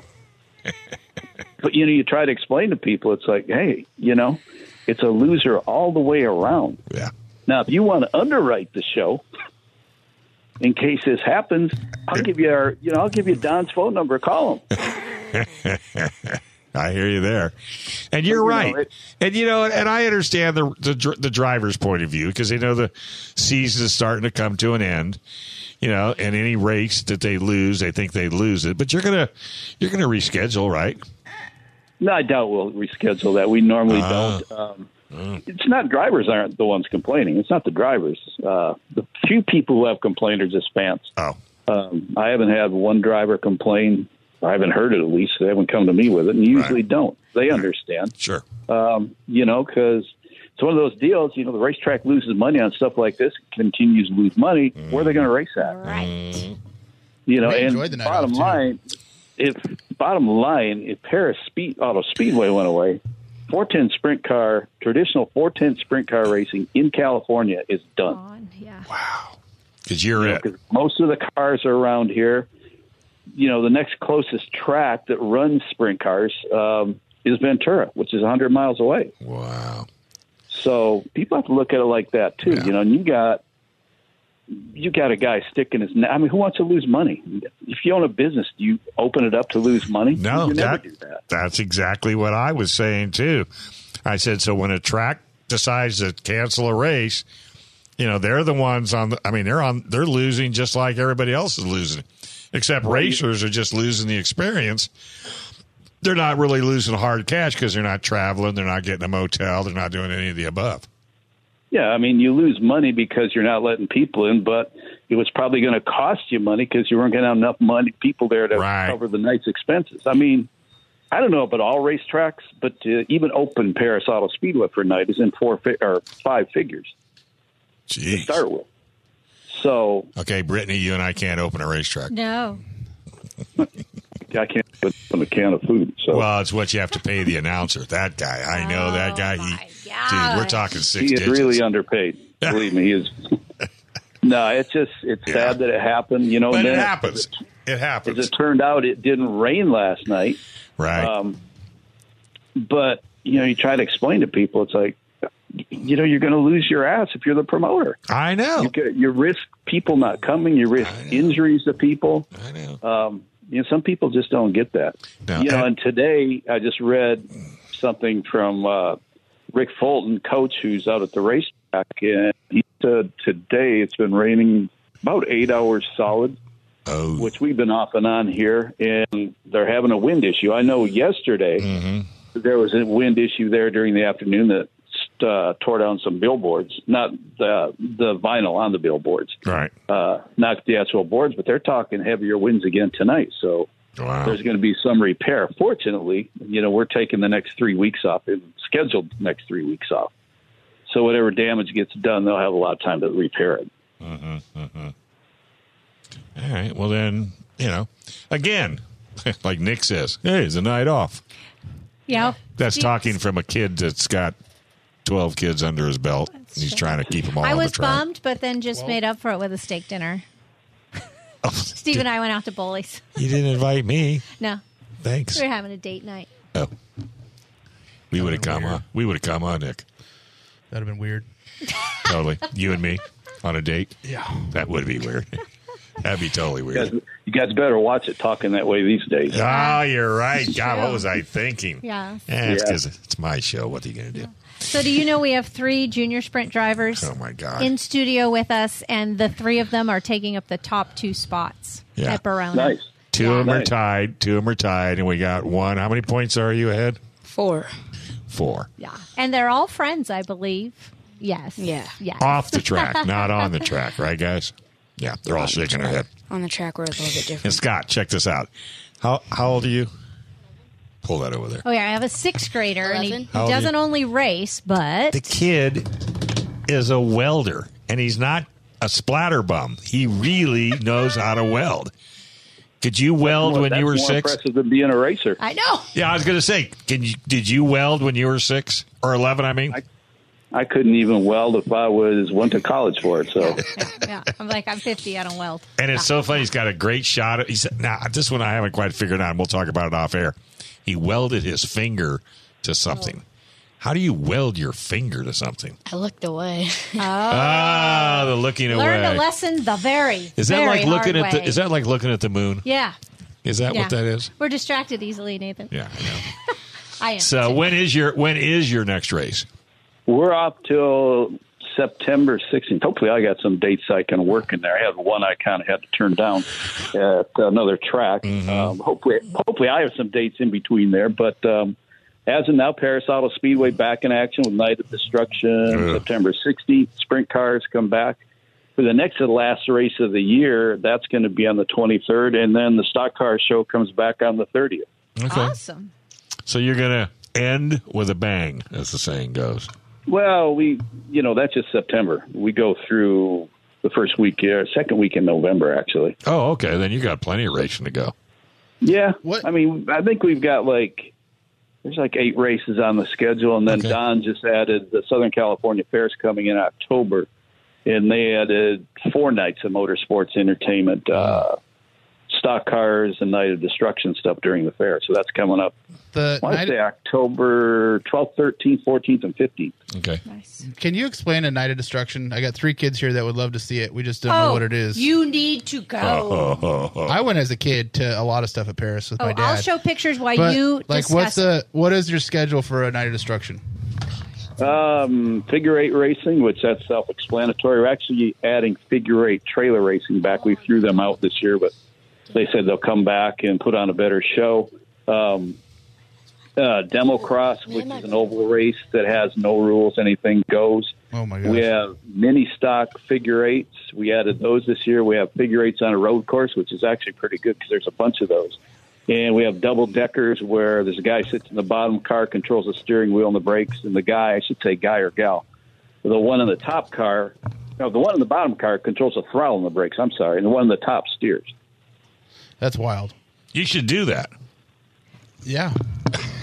S18: but you know, you try to explain to people, it's like, hey, you know, it's a loser all the way around.
S1: Yeah.
S18: Now, if you want to underwrite the show, in case this happens, I'll give you our, you know, I'll give you Don's phone number. Call him.
S1: I hear you there, and you're
S18: But,
S1: right.
S18: you know,
S1: and you know, and I understand the the, dr- the driver's point of view because they know the season is starting to come to an end. You know, and any race that they lose, they think they lose it. But you're gonna you're gonna reschedule, right?
S18: No, I doubt we'll reschedule that. We normally
S1: Ah.
S18: don't. Um, It's not drivers aren't the ones complaining. It's not the drivers. Uh, the few people who have complained are just fans.
S1: Oh,
S18: um, I haven't had one driver complain. I haven't heard it at least. They haven't come to me with it, and usually don't. They understand.
S1: Sure.
S18: Um, you know, because it's one of those deals. You know, the racetrack loses money on stuff like this, continues to lose money. Where are they going to race at? Mm-hmm.
S2: Right.
S18: You know,
S3: They
S18: and
S3: enjoyed the night
S18: bottom
S3: off, too.
S18: line, if bottom line, if Paris Speed Auto Speedway went away, 410 sprint car, traditional 410 sprint car racing in California is done.
S1: Because you're it.
S18: Most of the cars are around here. You know, the next closest track that runs sprint cars um, is Ventura, which is 100 miles away.
S1: Wow.
S18: So people have to look at it like that too. You know, and you got you got a guy sticking his. ne- I mean, who wants to lose money? If you own a business, do you open it up to lose money?
S1: No,
S18: you never
S1: that-
S18: do that.
S1: That's exactly what I was saying too. I said so when a track decides to cancel a race, you know they're the ones on. The, I mean they're on. They're losing just like everybody else is losing, except racers are just losing the experience. They're not really losing hard cash because they're not traveling. They're not getting a motel. They're not doing any of the above.
S18: Yeah, I mean, you lose money because you're not letting people in, but it was probably going to cost you money because you weren't going to have enough money people there to cover the night's expenses. I mean, I don't know about all racetracks, but to even open Paris Auto Speedway for a night is in four fi- or five figures
S1: to
S18: start with. So
S1: okay, Brittany, you and I can't open a racetrack.
S2: No.
S18: I can't put on a can of food. So
S1: well, it's what you have to pay the announcer. That guy, I
S2: Oh
S1: know that guy. He, dude, we're talking six.
S18: he is
S1: digits.
S18: really uh, underpaid. Believe me, he is. no, it's just it's sad that it happened. You know,
S1: But
S18: and
S1: it
S18: then
S1: happens. It happens.
S18: As it turned out, it didn't rain last night.
S1: Right.
S18: Um, but you know, you try to explain to people, it's like, you know, you're going to lose your ass if you're the promoter.
S1: I know.
S18: You, get- you risk people not coming. You risk injuries to people. I
S1: know.
S18: Um, you know, some people just don't get that. you know, and today I just read something from uh, Rick Fulton, coach who's out at the racetrack, and he said today it's been raining about eight hours solid,
S1: Oh.
S18: which we've been off and on here, and they're having a wind issue. I know yesterday
S1: Mm-hmm.
S18: there was a wind issue there during the afternoon that uh, tore down some billboards, not the the vinyl on the billboards,
S1: right?
S18: Uh, not the actual boards, but they're talking heavier winds again tonight. So there's going to be some repair. Fortunately, you know we're taking the next three weeks off and scheduled the next three weeks off. So whatever damage gets done, they'll have a lot of time to repair it.
S1: Uh-huh, uh-huh. All right. Well, then, you know, again, like Nick says, hey, it's a night off.
S2: Yeah.
S1: That's
S2: He-
S1: talking from a kid that's got 12 kids under his belt. He's trying to keep them all
S2: I
S1: on
S2: was
S1: the track.
S2: bummed, but then just
S1: Well-
S2: made up for it with a steak dinner.
S1: Oh,
S2: Steve and I went out to Bowley's.
S1: You didn't invite me.
S2: No.
S1: Thanks.
S2: We were having a date night.
S1: Oh. We would have come on. We would have come on, Nick.
S3: That'd have been weird.
S1: Totally. you and me on a date.
S3: Yeah.
S1: That would be weird. That'd be totally
S18: You guys,
S1: weird.
S18: you guys better watch it talking that way these days.
S1: Oh, you're right. God, what was I thinking?
S2: Yeah.
S1: Eh, it's
S2: Yeah.
S1: 'cause it's my show. What are you going to do?
S2: So, do you know we have three junior sprint drivers
S1: Oh, my God.
S2: in studio with us, and the three of them are taking up the top two spots
S1: Yeah.
S2: at Barona.
S1: Two of them are tied. Two of them are tied, and we got one. How many points are you ahead?
S2: Four.
S1: Four.
S2: Yeah. And they're all friends, I believe. Yes. Yeah. Yes.
S1: Off the track, not on the track, right, guys? Yeah, they're all shaking their head.
S4: On the track, we're a little bit different.
S1: And Scott, check this out. How how old are you? Pull that over there.
S2: Oh, yeah. I have a sixth grader, and he, he
S1: How old are you?
S2: doesn't only race, but
S1: The kid is a welder, and he's not a splatter bum. He really knows how to weld. Did you weld
S18: Well,
S1: when
S18: that's
S1: you were
S18: more
S1: six?
S18: impressive than being a racer.
S2: I know.
S1: Yeah, I was going to say, can you, did you weld when you were six or eleven? I mean,
S18: I couldn't even weld if I was went to college for it. So
S2: yeah. I'm like, I'm 50. I don't weld.
S1: and it's so funny. He's got a great shot. at- He said, "Nah, this one I haven't quite figured out. and We'll talk about it off air." He welded his finger to something. How do you weld your finger to something?
S2: I looked away. Oh.
S1: Ah, the looking
S2: Learn
S1: away.
S2: a lesson the very,
S1: Is that
S2: very
S1: like looking
S2: hard
S1: at
S2: way.
S1: the? Is that like looking at the moon?
S2: Yeah.
S1: Is that what
S2: Yeah.
S1: that is?
S2: We're distracted easily, Nathan.
S1: Yeah.
S2: I am.
S1: So when is your when is your next race?
S18: we're up till September 16th. Hopefully, I got some dates I can work in there. I had one I kind of had to turn down at another track. Um, hopefully, hopefully, I have some dates in between there. But um, as of now, Paris Auto Speedway back in action with Night of Destruction, September 16th. Sprint cars come back. For the next to the last race of the year, that's going to be on the 23rd, and then the stock car show comes back on the 30th.
S1: Okay.
S2: Awesome.
S1: So you're gonna end with a bang, as the saying goes.
S18: Well, we, you know, that's just September. We go through the first week here, second week in November, actually.
S1: Oh, okay. Then you got plenty of racing to go.
S18: Yeah. I mean, I think we've got like, there's like eight races on the schedule. And then Don just added the Southern California Fairs coming in October. And they added four nights of motorsports entertainment, uh, stock cars, and Night of Destruction stuff during the fair. So that's coming up.
S3: The
S18: I wanna
S3: Uh, Night-
S18: say October 12th, 13th, 14th, and 15th.
S1: Okay.
S3: Can you explain a night of destruction? I got three kids here that would love to see it. We just don't know what it is.
S2: Oh, You need to go.
S3: I went as a kid to a lot of stuff at Paris with
S2: Oh,
S3: my dad.
S2: I'll show pictures while
S3: But,
S2: you
S3: like
S2: discuss.
S3: what's the what is your schedule for a night of destruction?
S18: Um, figure eight racing, which that's self-explanatory. We're actually adding figure eight trailer racing back. We threw them out this year, but they said they'll come back and put on a better show. Um, uh, demo cross, which is an oval race that has no rules, anything goes.
S3: Oh my
S18: We have mini stock figure eights. We added those this year. We have figure eights on a road course, which is actually pretty good because there's a bunch of those. And we have double deckers where there's a guy sits in the bottom car, controls the steering wheel and the brakes, and the guy, I should say guy or gal, the one in the top car, no, the one in the bottom car controls the throttle and the brakes, I'm sorry, and the one in the top steers.
S3: That's wild.
S1: You should do that.
S3: Yeah.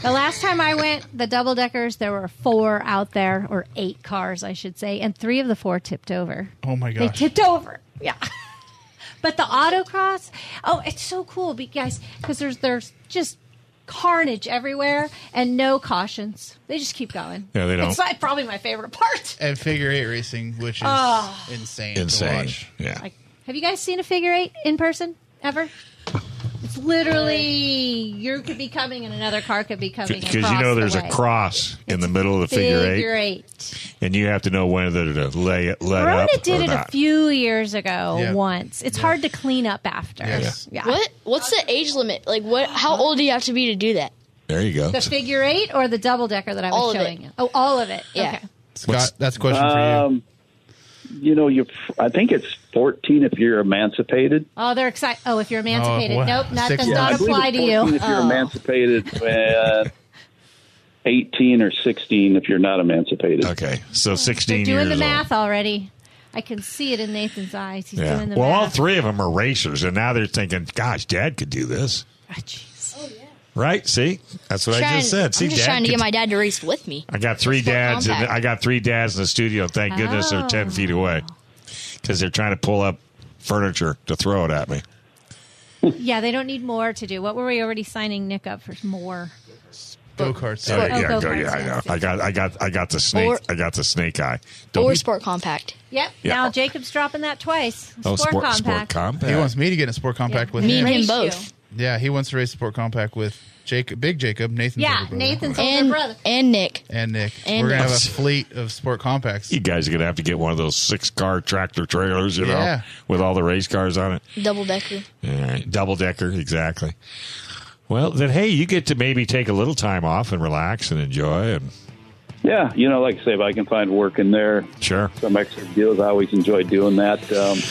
S2: The last time I went, the double deckers, there were four out there, or eight cars, I should say, and three of the four tipped over.
S3: Oh my
S2: They
S3: gosh.
S2: tipped over. Yeah. but the autocross, oh, it's so cool, be- guys, because there's there's just carnage everywhere and no cautions. They just keep going.
S3: Yeah, they
S2: It's
S3: don't.
S2: like probably my favorite part.
S3: and figure eight racing, which is
S2: Oh.
S3: insane. To
S1: Insane.
S3: watch.
S1: Yeah.
S2: Have you guys seen a figure eight in person ever? It's literally you could be coming and another car could be coming.
S1: Because you know
S2: across the
S1: there's
S2: way.
S1: a cross in the middle of the figure eight,
S2: Figure eight.
S1: and you have to know whether to lay it let
S2: Verona
S1: up
S2: did
S1: uh, or
S2: it
S1: not.
S2: a few years ago
S1: Yeah.
S2: once. It's hard to clean up after.
S1: Yes.
S2: Yeah.
S5: What? What's the age limit? Like, what? How old do you have to be to do that?
S1: there you go.
S2: The figure eight or the double decker that I was
S5: All of it.
S2: showing you? Oh, all of it.
S5: Yeah.
S2: Okay.
S3: Scott, that's a question
S18: um, for you. You know, you I think it's 14 if you're emancipated.
S2: Oh, they're excited. Oh, if you're emancipated.
S18: wow.
S2: nope, that
S18: Six
S2: does not
S18: I believe
S2: apply
S18: it's
S2: to you.
S18: 14 If you're
S2: Oh.
S18: emancipated, uh, 18 or 16 if you're not emancipated.
S1: Okay, so 16
S2: They're doing the
S1: years old.
S2: math already. I can see it in Nathan's eyes. He's
S1: Yeah.
S2: doing the
S1: Well, all
S2: math.
S1: three of them are racers, and now they're thinking, "Gosh, Dad could do this." Right? See, that's what I
S5: Ah, Trying-
S1: just said. See,
S5: I'm just
S1: Dad
S5: trying to
S1: could
S5: get my dad to race with me.
S1: I got three dads, and
S5: compact.
S1: I got three dads in the studio. Thank goodness they're ten feet
S5: Oh.
S1: away because they're trying to pull up furniture to throw it at me.
S2: Yeah, they don't need more to do. What were we already signing Nick up for? More.
S1: Go
S5: Go-karts.
S1: Yeah,
S5: Oh,
S1: yeah, go,
S5: go-karts,
S1: yeah, I know.
S5: yes,
S1: I got, I got, I got the snake.
S5: Or-
S1: I got the snake eye. Don't
S5: or
S1: be-
S5: sport compact.
S2: Yep.
S1: Yeah.
S2: Now Jacob's dropping that twice.
S1: Oh, sport- sport
S2: compact.
S3: He wants me to get in a sport compact with
S2: Me
S3: him.
S2: and him both.
S3: Yeah, he wants to race a sport compact with Jacob, Big Jacob, Nathan.
S2: Yeah,
S3: older brother,
S2: Nathan's
S5: And,
S2: older brother.
S5: and Nick.
S3: and Nick.
S5: And
S3: We're gonna
S5: Nick.
S3: have a fleet of sport compacts.
S1: you guys are gonna have to get one of those six car tractor trailers, you know,
S3: Yeah.
S1: with all the race cars on it.
S5: Double decker.
S1: All right, double decker, exactly. Well, then, hey, you get to maybe take a little time off and relax and enjoy. And
S18: Yeah, you know, like I say, if I can find work in there,
S1: sure,
S18: some extra deals. I always enjoy doing that. Um,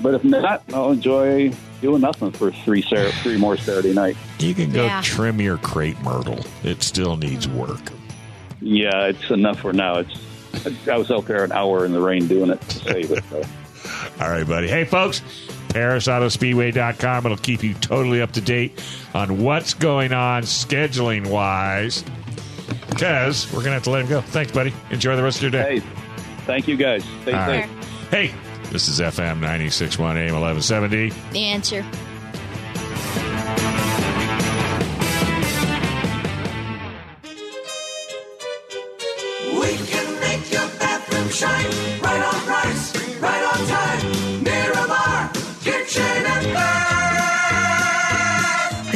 S18: but if not, I'll enjoy doing nothing for three Sar- three more Saturday night.
S1: you can go
S18: Yeah.
S1: trim your crepe myrtle. It still needs work.
S18: Yeah, it's enough for now. It's I was out there an hour in the rain doing it to save it. So.
S1: All right, buddy. Hey, folks, ParisAutoSpeedway.com. It'll keep you totally up to date on what's going on scheduling wise because we're going to have to let him go. Thanks, buddy. Enjoy the rest of your day.
S18: Thank you guys. Stay
S1: All
S18: safe.
S1: right. Hey, this is FM 961 AM 1170.
S5: The answer.
S19: We can make your bathroom shine right on price, right on time. Miramar Kitchen and Bath.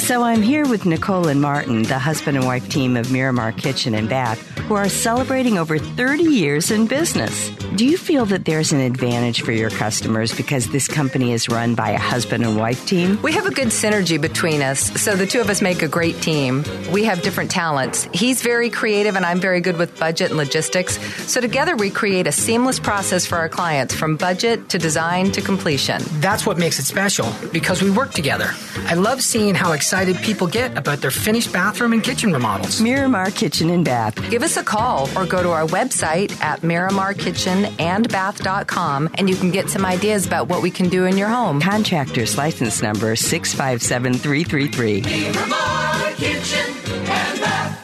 S20: So I'm here with Nicole and Martin, the husband and wife team of Miramar Kitchen and Bath, who are celebrating over 30 years in business. Do you feel that there's an advantage for your customers because this company is run by a husband and wife team?
S21: We have a good synergy between us, so the two of us make a great team. We have different talents. He's very creative, and I'm very good with budget and logistics. So together, we create a seamless process for our clients from budget to design to completion.
S22: That's what makes it special because we work together. I love seeing how excited people get about their finished bathroom and kitchen remodels.
S20: Miramar Kitchen and Bath.
S21: Give us a call or go to our website at miramarkitchenandbath.com, and you can get some ideas about what we can do in your home.
S20: Contractor's license number 657333.
S19: Miramar Kitchen and Bath.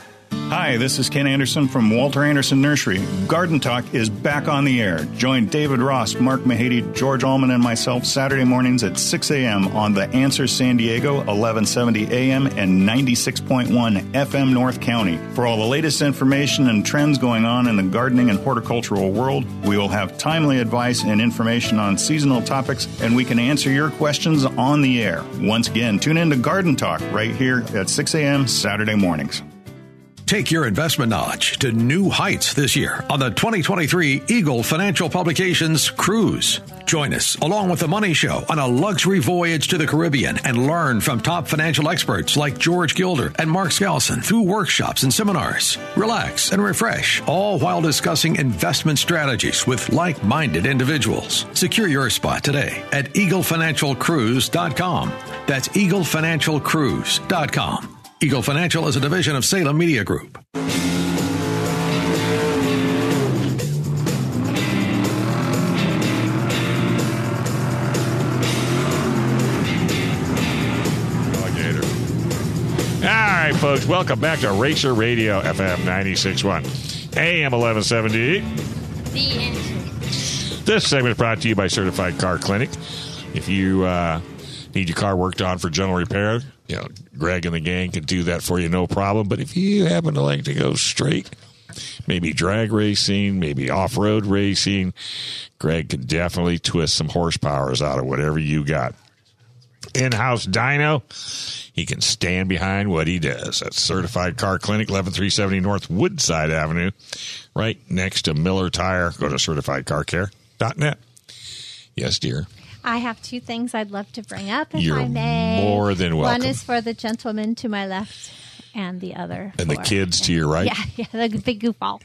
S23: Hi, this is Ken Anderson from Walter Anderson Nursery. Garden Talk is back on the air. Join David Ross, Mark Mahady, George Allman, and myself Saturday mornings at 6 a.m. on The Answer San Diego, 1170 a.m. and 96.1 FM North County. For all the latest information and trends going on in the gardening and horticultural world, we will have timely advice and information on seasonal topics, and we can answer your questions on the air. Once again, tune in to Garden Talk right here at 6 a.m. Saturday mornings.
S17: Take your investment knowledge to new heights this year on the 2023 Eagle Financial Publications Cruise. Join us along with The Money Show on a luxury voyage to the Caribbean and learn from top financial experts like George Gilder and Mark Skousen through workshops and seminars. Relax and refresh, all while discussing investment strategies with like minded individuals. Secure your spot today at eaglefinancialcruise.com. That's eaglefinancialcruise.com. Eagle Financial is a division of Salem Media Group.
S1: Alligator. All right, folks, welcome back to Racer Radio FM 961 AM 1170.
S5: The answer.
S1: This segment is brought to you by Certified Car Clinic. If you uh, need your car worked on for general repair, you know, Greg and the gang can do that for you, no problem. But if you happen to like to go straight, maybe drag racing, maybe off road racing, Greg can definitely twist some horsepowers out of whatever you got. In house dyno, he can stand behind what he does. That's Certified Car Clinic, 11370 North Woodside Avenue, right next to Miller Tire. Go to certifiedcarcare.net. Yes, dear.
S2: I have two things I'd love to bring up, if
S1: You're
S2: I may.
S1: more than welcome.
S2: One is for the gentleman to my left, and the other
S1: And the
S2: for-
S1: kids to your right.
S2: Yeah, yeah, the big goofball.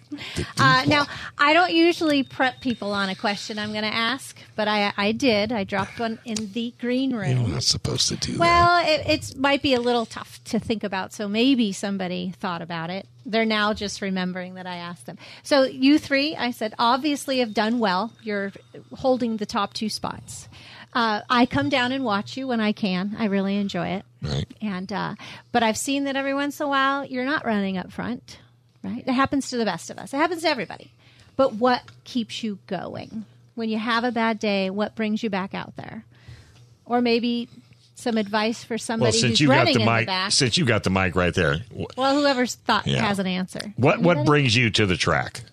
S2: Uh, now, I don't usually prep people on a question I'm going to ask, but I, I did. I dropped one in the green room.
S1: You're not supposed to do
S2: Well, it it's, might be a little tough to think about, so maybe somebody thought about it. They're now just remembering that I asked them. So you three, I said, obviously have done well. You're holding the top two spots. Uh, I come down and watch you when I can. I really enjoy it.
S1: Right.
S2: And uh, but I've seen that every once in a while you're not running up front, right? It happens to the best of us. It happens to everybody. But what keeps you going when you have a bad day? What brings you back out there? Or maybe some advice for
S1: well,
S2: somebody
S1: since
S2: who's
S1: you got
S2: running
S1: the
S2: in the
S1: mic,
S2: back.
S1: since you got the mic right there, wh-
S2: well, whoever's thought
S1: Yeah.
S2: has an answer.
S1: what what
S2: Anybody?
S1: brings you to the track?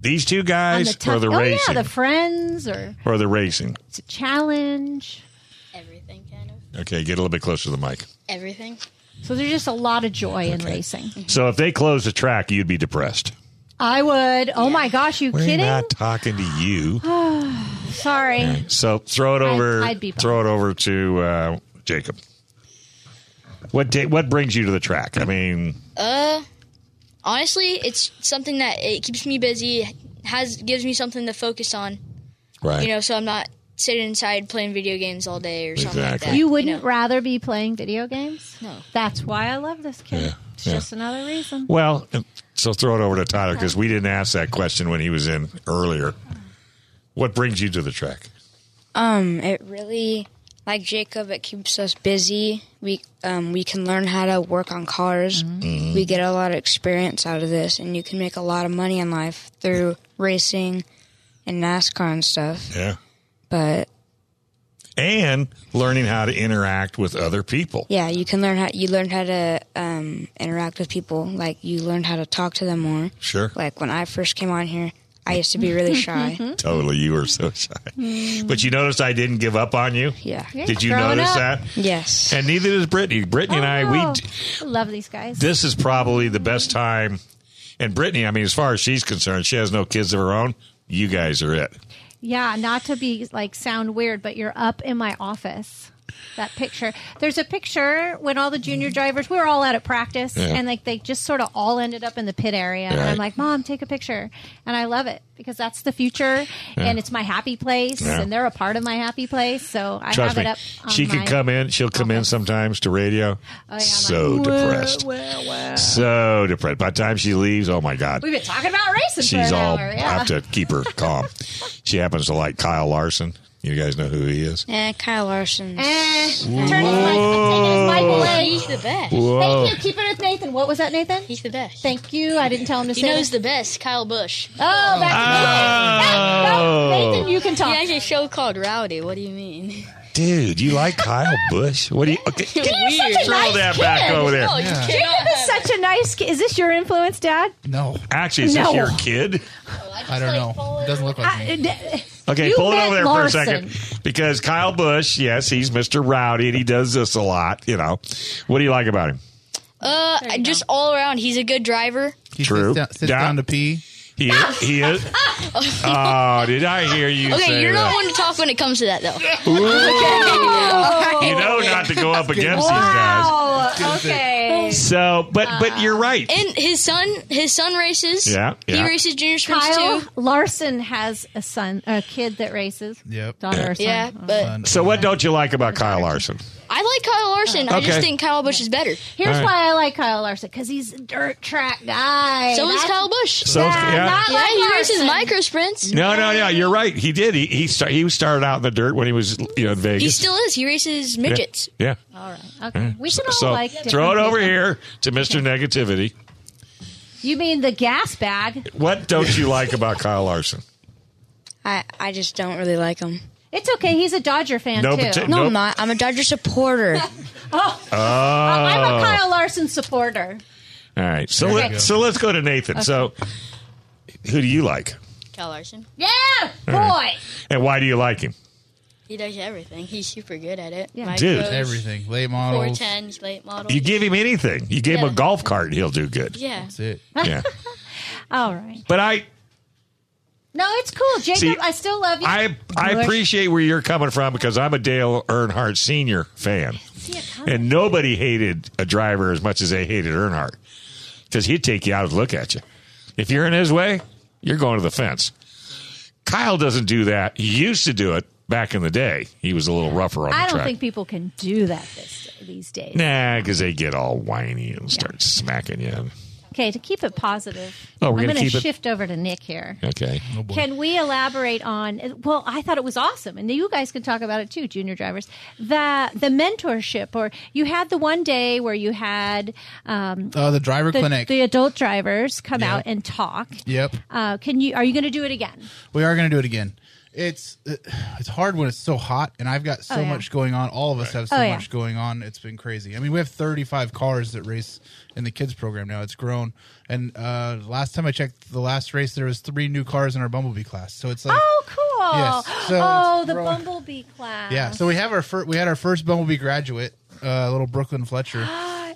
S1: These two
S2: On
S1: guys,
S2: the top-
S1: or the
S2: oh,
S1: racing,
S2: yeah, the friends or
S1: or the racing?
S2: it's a challenge.
S1: Okay, get a little bit closer to the mic.
S2: Everything. So there's just a lot of joy in racing.
S1: So if they close the track, you'd be depressed.
S2: I would. Oh my gosh, you
S1: We're
S2: kidding?
S1: not talking to you.
S2: Sorry.
S1: So throw it
S2: I'd-
S1: over.
S2: I'd be bummed.
S1: throw it over to uh, Jacob. What da- what brings you to the track? I mean,
S5: Uh, honestly, it's something that it keeps me busy. Has gives me something to focus on.
S1: Right.
S5: You know, so I'm not sitting inside playing video games all day or something like that.
S2: You wouldn't rather be playing video games? No. That's why I love this kid. It's
S1: yeah.
S2: just another reason.
S1: well, so throw it over to Tyler because we didn't ask that question when he was in earlier. What brings you to the track?
S4: Um, it really like Jacob. It keeps us busy. We um we can learn how to work on cars.
S19: Mhm.
S4: We get a lot of experience out of this, and you can make a lot of money in life through racing and NASCAR and stuff.
S1: Yeah,
S4: But
S1: and learning how to interact with other people.
S4: yeah, you can learn how you learn how to um interact with people. Like you learned how to talk to them more.
S1: Sure.
S4: Like when I first came on here, I used to be really shy.
S1: Totally, you were so shy. But you noticed I didn't give up on you.
S4: Yeah. Yeah,
S1: Did you
S4: growing up.
S1: notice that?
S4: Yes.
S1: And neither does Brittany. Brittany and I,
S2: Oh,
S1: we d-
S2: I love these guys.
S1: this is probably the best time. And Brittany, I mean, as far as she's concerned, she has no kids of her own. You guys are it.
S2: Yeah, not to be like sound weird, but you're up in my office. That picture. There's a picture when all the
S1: Mm.
S2: junior drivers we were all out at practice,
S19: Yeah.
S2: and like they just sort of all ended up in the pit area. And
S19: Right.
S2: I'm like, Mom, take a picture, and I love it because that's the future, and it's my happy place,
S1: Yeah.
S2: and they're a part of my happy place. So I
S1: Trust
S2: have it
S1: me,
S2: up. On
S1: she
S2: my- Oh,
S1: can come in. She'll come in sometimes to radio.
S2: yeah, I'm
S1: so
S2: like, "Whoa,
S1: depressed, so depressed. By the time she leaves, oh my god,
S2: We've been talking about racing
S1: she's
S2: for an
S1: all.
S2: hour.
S1: I
S2: Yeah.
S1: Have to keep her calm. she happens to like Kyle Larson. You guys know who he is.
S4: Eh, Kyle Larson.
S2: Eh, turn his mic, take his mic away. He's the best.
S1: Whoa.
S2: Thank you. Keep it with Nathan. What was that, Nathan? He's the best. Thank you. I didn't tell him to
S5: He
S2: say
S5: knows
S2: that.
S5: the best, Kyle Bush.
S2: Oh,
S1: Ah. Oh.
S5: Nathan,
S2: you can talk.
S5: He has a show called Rowdy. What do you mean?
S1: Dude, you like Kyle Bush? What do you? Okay,
S5: You're such a
S1: throw
S5: nice
S1: that back
S2: kid.
S1: over there.
S2: Oh, Jacob is such a nice kid. Is this your influence, Dad?
S1: No, actually, is
S2: No.
S1: this your kid?
S3: I don't know. It doesn't look like me.
S1: Okay,
S2: You
S1: pull it
S2: meant
S1: over there
S2: Larson.
S1: for a second because Kyle Bush, yes, he's Mr. Rowdy and he does this a lot. You know, what do you like about him?
S5: Uh, just all around, he's a good driver.
S1: True. Sits down, to pee. He is. He is. oh, did I hear you
S5: okay,
S1: say
S5: you're not
S1: that?
S5: one to talk when it comes to that, though.
S1: Ooh.
S5: Okay. Oh.
S1: You know not to go up against
S5: Wow,
S1: these guys.
S5: okay.
S1: So, but but you're right.
S5: And his son, his son races.
S1: Yeah,
S5: He
S1: yeah.
S5: races junior sprints
S2: Kyle
S5: too.
S2: Larson has a son, a kid that races.
S1: Yep.
S2: Daughter or son.
S5: Yeah, but
S1: So, what don't you like about Kyle Larson?
S5: I like Kyle Larson. I
S1: Okay.
S5: just think Kyle Bush is better.
S2: Here's
S1: All right.
S2: why I like Kyle Larson because he's a dirt track guy.
S5: So is Kyle
S2: Bush.
S1: So is- yeah.
S2: not
S5: Yeah,
S2: like
S5: he races
S2: Larson.
S5: micro sprints.
S1: No, no, no. You're right. He did. He he, start, he started out in the dirt when he was you know in Vegas.
S5: He still is. He races
S1: Yeah.
S5: midgets.
S1: Yeah.
S2: All right. Okay. We should all
S1: Mm. so
S2: like.
S1: throw it
S2: different
S1: over
S2: people.
S1: here to Mr. Negativity.
S2: You mean the gas bag?
S1: What don't you like about Kyle Larson?
S4: I I just don't really like him.
S2: It's okay. He's a Dodger fan
S1: No,
S2: too.
S1: but t-
S4: No,
S1: Nope.
S4: I'm not. I'm a Dodger supporter.
S2: Oh,
S1: Oh,
S2: I'm a Kyle Larson supporter.
S1: all right. So
S2: There you
S1: let,
S2: go.
S1: so let's go to Nathan. So who do you like,
S5: Kyle Larson.
S2: Yeah,
S1: All right. and why do you like him?
S5: He does everything. He's super good at it. Yeah.
S1: Dude.
S3: Everything. Late models.
S5: 410s, late model.
S1: You give him anything. You give him
S5: Yeah.
S1: a golf cart, he'll do good.
S5: Yeah.
S3: That's it.
S1: Yeah.
S2: All right.
S1: But I
S2: No, it's cool, Jacob.
S1: See,
S2: I still love you.
S1: I I
S2: Bush.
S1: appreciate where you're coming from because I'm a Dale Earnhardt Senior fan, and nobody hated a driver as much as they hated Earnhardt because he'd take you out and look at you. If you're in his way, you're going to the fence. Kyle doesn't do that. He used to do it back in the day. He was a little rougher on
S2: I
S1: the
S2: don't
S1: track.
S2: think people can do that this, these days.
S1: Nah, because they get all whiny and start smacking you.
S2: Okay, to keep it positive,
S1: Oh, we're
S2: I'm
S1: gonna
S2: going to
S1: keep it-
S2: shift over to Nick here.
S1: Okay.
S3: Oh,
S2: Can we elaborate on? Well, I thought it was awesome, and you guys can talk about it too, junior drivers. The the mentorship, or you had the one day where you had um,
S3: Uh, the driver
S2: the,
S3: clinic.
S2: the adult drivers come
S3: Yeah.
S2: out and talk.
S3: yep.
S2: Uh, can you? Are you going to do it again?
S3: We are going to do it again. it's it- it's hard when it's so hot, and I've got so
S2: Oh, yeah.
S3: much going on. All of us have so
S2: Oh, yeah.
S3: much going on. It's been crazy. I mean, we have 35 cars that race in the kids program now. It's grown, and uh, last time I checked, the last race there was three new cars in our bumblebee class. So it's like
S2: Oh, cool.
S3: Yes, so
S2: oh,
S3: it's
S2: the
S3: growing.
S2: bumblebee class.
S3: Yeah, so we have our fir- we had our first Bumblebee graduate, uh, little Brooklyn Fletcher.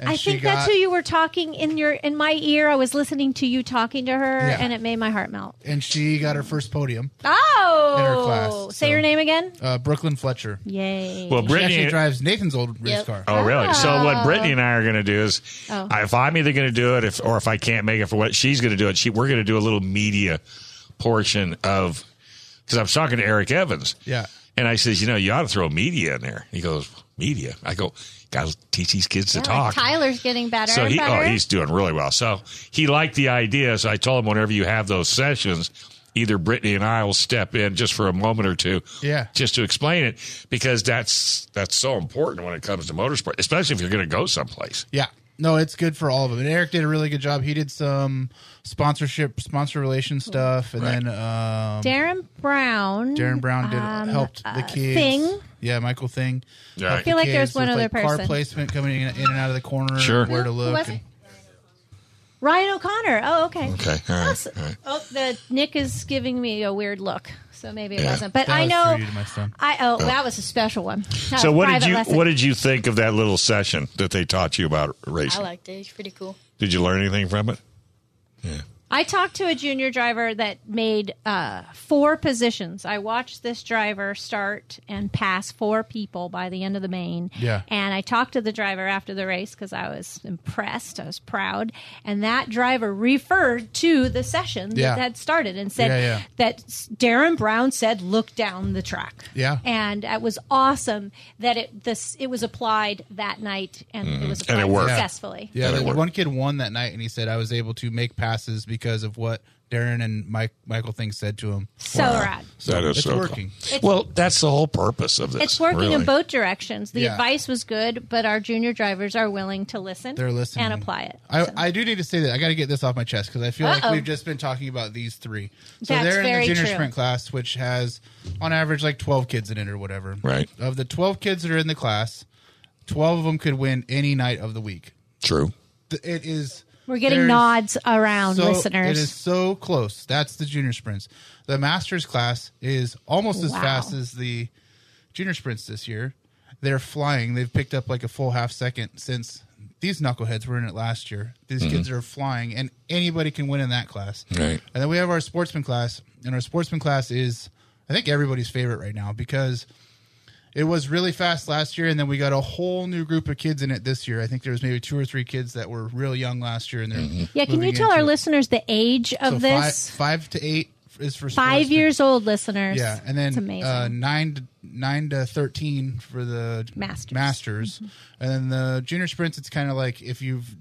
S3: and
S2: I
S3: she
S2: think
S3: got-
S2: that's who you were talking in your in my ear. I was listening to you talking to her,
S3: Yeah.
S2: and it made my heart melt.
S3: And she got her first podium,
S2: Oh,
S3: In her class,
S2: say your name again.
S3: uh, Brooklyn Fletcher.
S2: Yay!
S1: Well,
S3: she
S1: Brittany
S3: actually drives Nathan's old race car.
S1: Oh, really? So what
S2: Oh.
S1: Brittany and I are going to do is,
S2: Oh.
S1: if I'm either going to do it, if or if I can't make it for what she's going to do it, she we're going to do a little media portion of because I was talking to Eric Evans.
S3: Yeah.
S1: And I says, you know, you ought to throw media in there. He goes, media. I go, got to teach these kids
S2: Yeah,
S1: to talk.
S2: Tyler's getting better
S1: So
S2: and
S1: he, oh,
S2: better.
S1: he's doing really well. So he liked the idea. So I told him whenever you have those sessions, either Brittany and I will step in just for a moment or two,
S3: Yeah.
S1: just to explain it because that's that's so important when it comes to motorsport, especially if you're going to go someplace.
S3: Yeah. No, it's good for all of them. And Eric did a really good job. He did some sponsorship, sponsor relation stuff, and then um,
S2: Darren Brown.
S3: Darren Brown did
S2: um,
S3: helped the
S2: uh,
S3: kids.
S2: Thing.
S3: Yeah, Michael Thing.
S1: Yeah.
S3: helped
S2: I feel
S3: the
S2: like there's
S3: kids
S2: one
S3: with,
S2: other
S3: like, Car
S2: person.
S3: placement coming in, in and out of the corner.
S1: Sure.
S3: Where to
S1: Who
S3: look.
S2: was
S3: and-
S2: Ryan O'Connor. Oh, okay.
S1: Okay. All right.
S2: Awesome.
S1: All right.
S2: Oh, the Nick is giving me a weird look, so maybe it
S1: Yeah.
S2: wasn't. But
S1: That
S2: I
S1: was
S2: know.
S1: treated my son.
S2: I oh, that was a special one. That
S1: So
S2: was
S1: what
S2: a
S1: did
S2: private
S1: you
S2: lesson.
S1: what did you think of that little session that they taught you about
S5: I
S1: racing?
S5: liked it. It's pretty cool.
S1: Did you learn anything from it?
S2: I talked to a junior driver that made uh, four positions. I watched this driver start and pass four people by the end of the main.
S19: Yeah.
S2: And I talked to the driver after the race because I was impressed. I was proud. And that driver referred to the session
S19: Yeah.
S2: that had started and said
S19: Yeah, yeah.
S2: that s- Darren Brown said, look down the track.
S19: Yeah.
S2: And it was awesome that it this it was applied that night Mm-hmm. and
S1: Mm-hmm.
S2: it was applied successfully.
S3: Yeah, the one kid won that night, and he said, "I was able to make passes because of what Darren and Mike Michael Thing said to him."
S2: So Wow. rad.
S3: So
S1: That is
S3: it's
S1: so cool.
S3: working.
S1: Well, that's the whole purpose of this.
S2: It's working
S1: really.
S2: in both directions. The
S3: Yeah.
S2: advice was good, but our junior drivers are willing to listen.
S3: They're listening.
S2: and apply it.
S3: I, I do need to say that I got to get this off my chest because I feel like
S2: Uh-oh.
S3: we've just been talking about these three. So
S2: That's
S3: they're in
S2: very
S3: the junior
S2: true.
S3: sprint class, which has on average like twelve kids in it or whatever.
S1: Right.
S3: Of the twelve kids that are in the class, twelve of them could win any night of the week.
S1: True.
S3: Th- It is.
S2: We're getting
S3: there's-
S2: nods around
S3: so-
S2: listeners.
S3: It is so close. That's the junior sprints. The masters class is almost as
S2: Wow.
S3: fast as the junior sprints this year. They're flying. They've picked up like a full half second since these knuckleheads were in it last year. These
S1: Mhm.
S3: kids are flying, and anybody can win in that class.
S1: Right.
S3: And then we have our sportsman class, and our sportsman class is, I think, everybody's favorite right now because it was really fast last year, and then we got a whole new group of kids in it this year. I think there was maybe two or three kids that were real young last year, and they're
S2: yeah, can you
S3: moving
S2: tell our
S3: into-
S2: listeners the age of
S3: so
S2: this?
S3: Five, five to eight is for
S2: Five,
S3: sportsmen.
S2: years old listeners.
S3: Yeah, and then
S2: it's amazing.
S3: Uh, nine to nine to thirteen for the
S2: Masters. Mm-hmm.
S3: masters. and then the junior sprints. It's kind of like if you've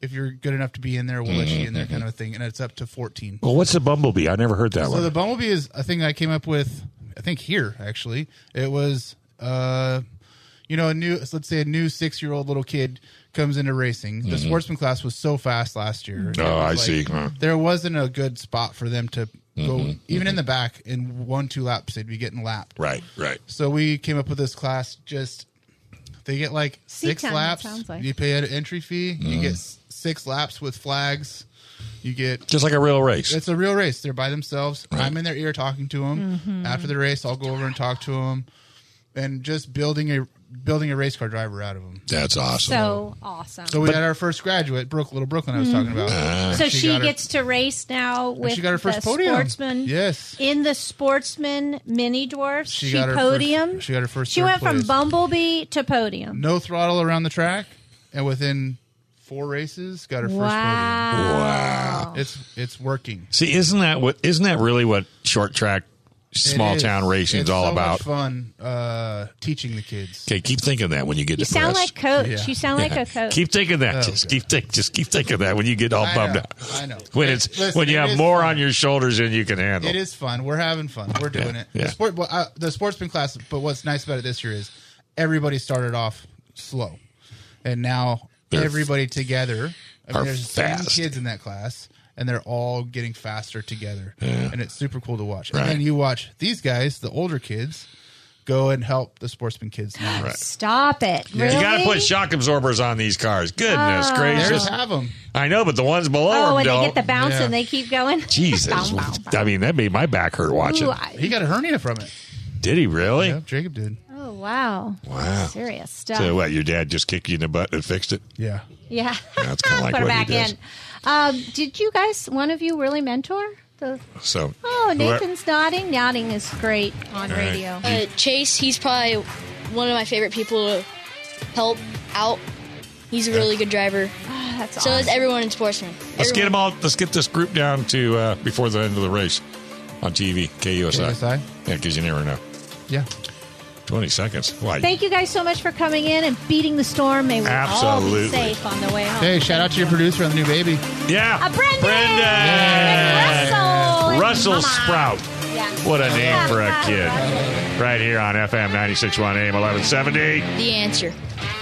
S3: if you're good enough to be in there, we'll let you in there, kind of a thing. And it's up to fourteen.
S1: Well, what's a bumblebee? I never heard that
S3: So
S1: one.
S3: the bumblebee is a thing I came up with. I think here actually it was, uh, you know, a new so let's say a new six year old little kid comes into racing. The
S1: Mhm.
S3: sportsman class was so fast last year. It
S1: Oh,
S3: was
S1: I see. Huh.
S3: There wasn't a good spot for them to go
S1: Mhm,
S3: even in the back in one two laps. They'd be getting lapped.
S1: Right, right.
S3: So we came up with this class. Just they get like
S2: Seat
S3: six
S2: time, it
S3: laps.
S2: sounds like.
S3: You pay an entry fee. You
S1: Mhm.
S3: get s- six laps with flags. You get
S1: Just like a real race.
S3: It's a real race. They're by themselves. I'm in their ear talking to them.
S2: Mm-hmm.
S1: Mhm.
S3: After the race, I'll go over and talk to them, and just building a building a race car driver out of them.
S1: That's awesome.
S2: So awesome.
S3: So we had our first graduate, Brooke, little Brooklyn. I was talking about.
S1: Ah.
S2: So she,
S3: got her-
S2: gets to race now
S3: and
S2: with
S3: she got her first
S2: the
S3: podium.
S2: sportsman.
S3: Yes.
S2: In the sportsman mini dwarfs, she,
S3: got her
S2: podium.
S3: First, she got her first.
S2: she
S3: third
S2: went
S3: place.
S2: from bumblebee to podium.
S3: no throttle around the track, and within four races, got her first podium.
S1: Wow.
S3: It's it's working.
S1: See, isn't that what? Isn't that really what short track, small
S3: It is.
S1: town racing
S3: It's
S1: is all
S3: so
S1: about?
S3: Much fun uh, teaching the kids.
S1: Okay, keep thinking that when you get
S2: You
S1: depressed.
S2: sound like coach. You sound like a coach.
S1: Keep thinking that. just keep think. Just keep thinking that when you get all
S3: Oh, I
S1: bummed
S3: know,
S1: out.
S3: I know.
S1: When
S3: It-
S1: it's
S3: listen,
S1: when you
S3: it
S1: have
S3: is
S1: more on your shoulders than you can handle.
S3: It is fun. We're having fun. We're doing it.
S1: yeah.
S3: The, sport, well, uh, the sportsman class. But what's nice about it this year is everybody started off slow, and now
S1: They're-
S3: everybody together. I
S1: are
S3: mean, there's seven
S1: fast.
S3: kids in that class, and they're all getting faster together,
S6: Yeah.
S3: and it's super cool to watch.
S6: Right.
S3: And then you watch these guys, the older kids, go and help the sportsman kids. Now.
S2: Stop it. Really?
S1: You got to put shock absorbers on these cars. Goodness
S2: Oh.
S1: gracious!
S2: They have
S3: them.
S1: I know, but the ones below
S2: Oh,
S1: them
S2: and they
S1: don't.
S2: get the bounce and they keep going.
S1: Jesus,
S2: Bow, bow.
S1: I mean that made my back hurt watching.
S2: Ooh, I-
S3: He got a hernia from it.
S1: Did he really?
S3: Yeah, Jacob did.
S2: Oh wow.
S1: Wow.
S2: Serious stuff.
S1: So what? Your dad just kicked you in the butt and fixed it?
S3: Yeah.
S2: Yeah.
S1: That's kind of like
S2: put
S1: what
S2: her back
S1: he does.
S2: in. Um, did you guys? One of you really mentor the?
S1: So
S2: Oh,
S1: whoe-
S2: Nathan's nodding. Nodding is great on
S1: All right.
S2: radio.
S5: Uh, Chase, he's probably one of my favorite people to help out. He's a really good driver.
S2: Ah, that's
S5: so is everyone in sportsman.
S1: Let's get them all. Let's get this group down to uh, before the end of the race on TV. KUSI.
S3: KUSI?
S1: Yeah, because you never know.
S3: Yeah.
S1: Twenty seconds. Why?
S2: Thank you guys so much for coming in and beating the storm. May we all
S1: Absolutely.
S2: be safe on the way home.
S3: Hey, shout out to your producer on the new baby.
S1: Yeah.
S2: Uh, Brendan. Russell.
S1: Russell Sprout. What a name for a kid. Right here on FM 961 AM 1170.
S5: The answer.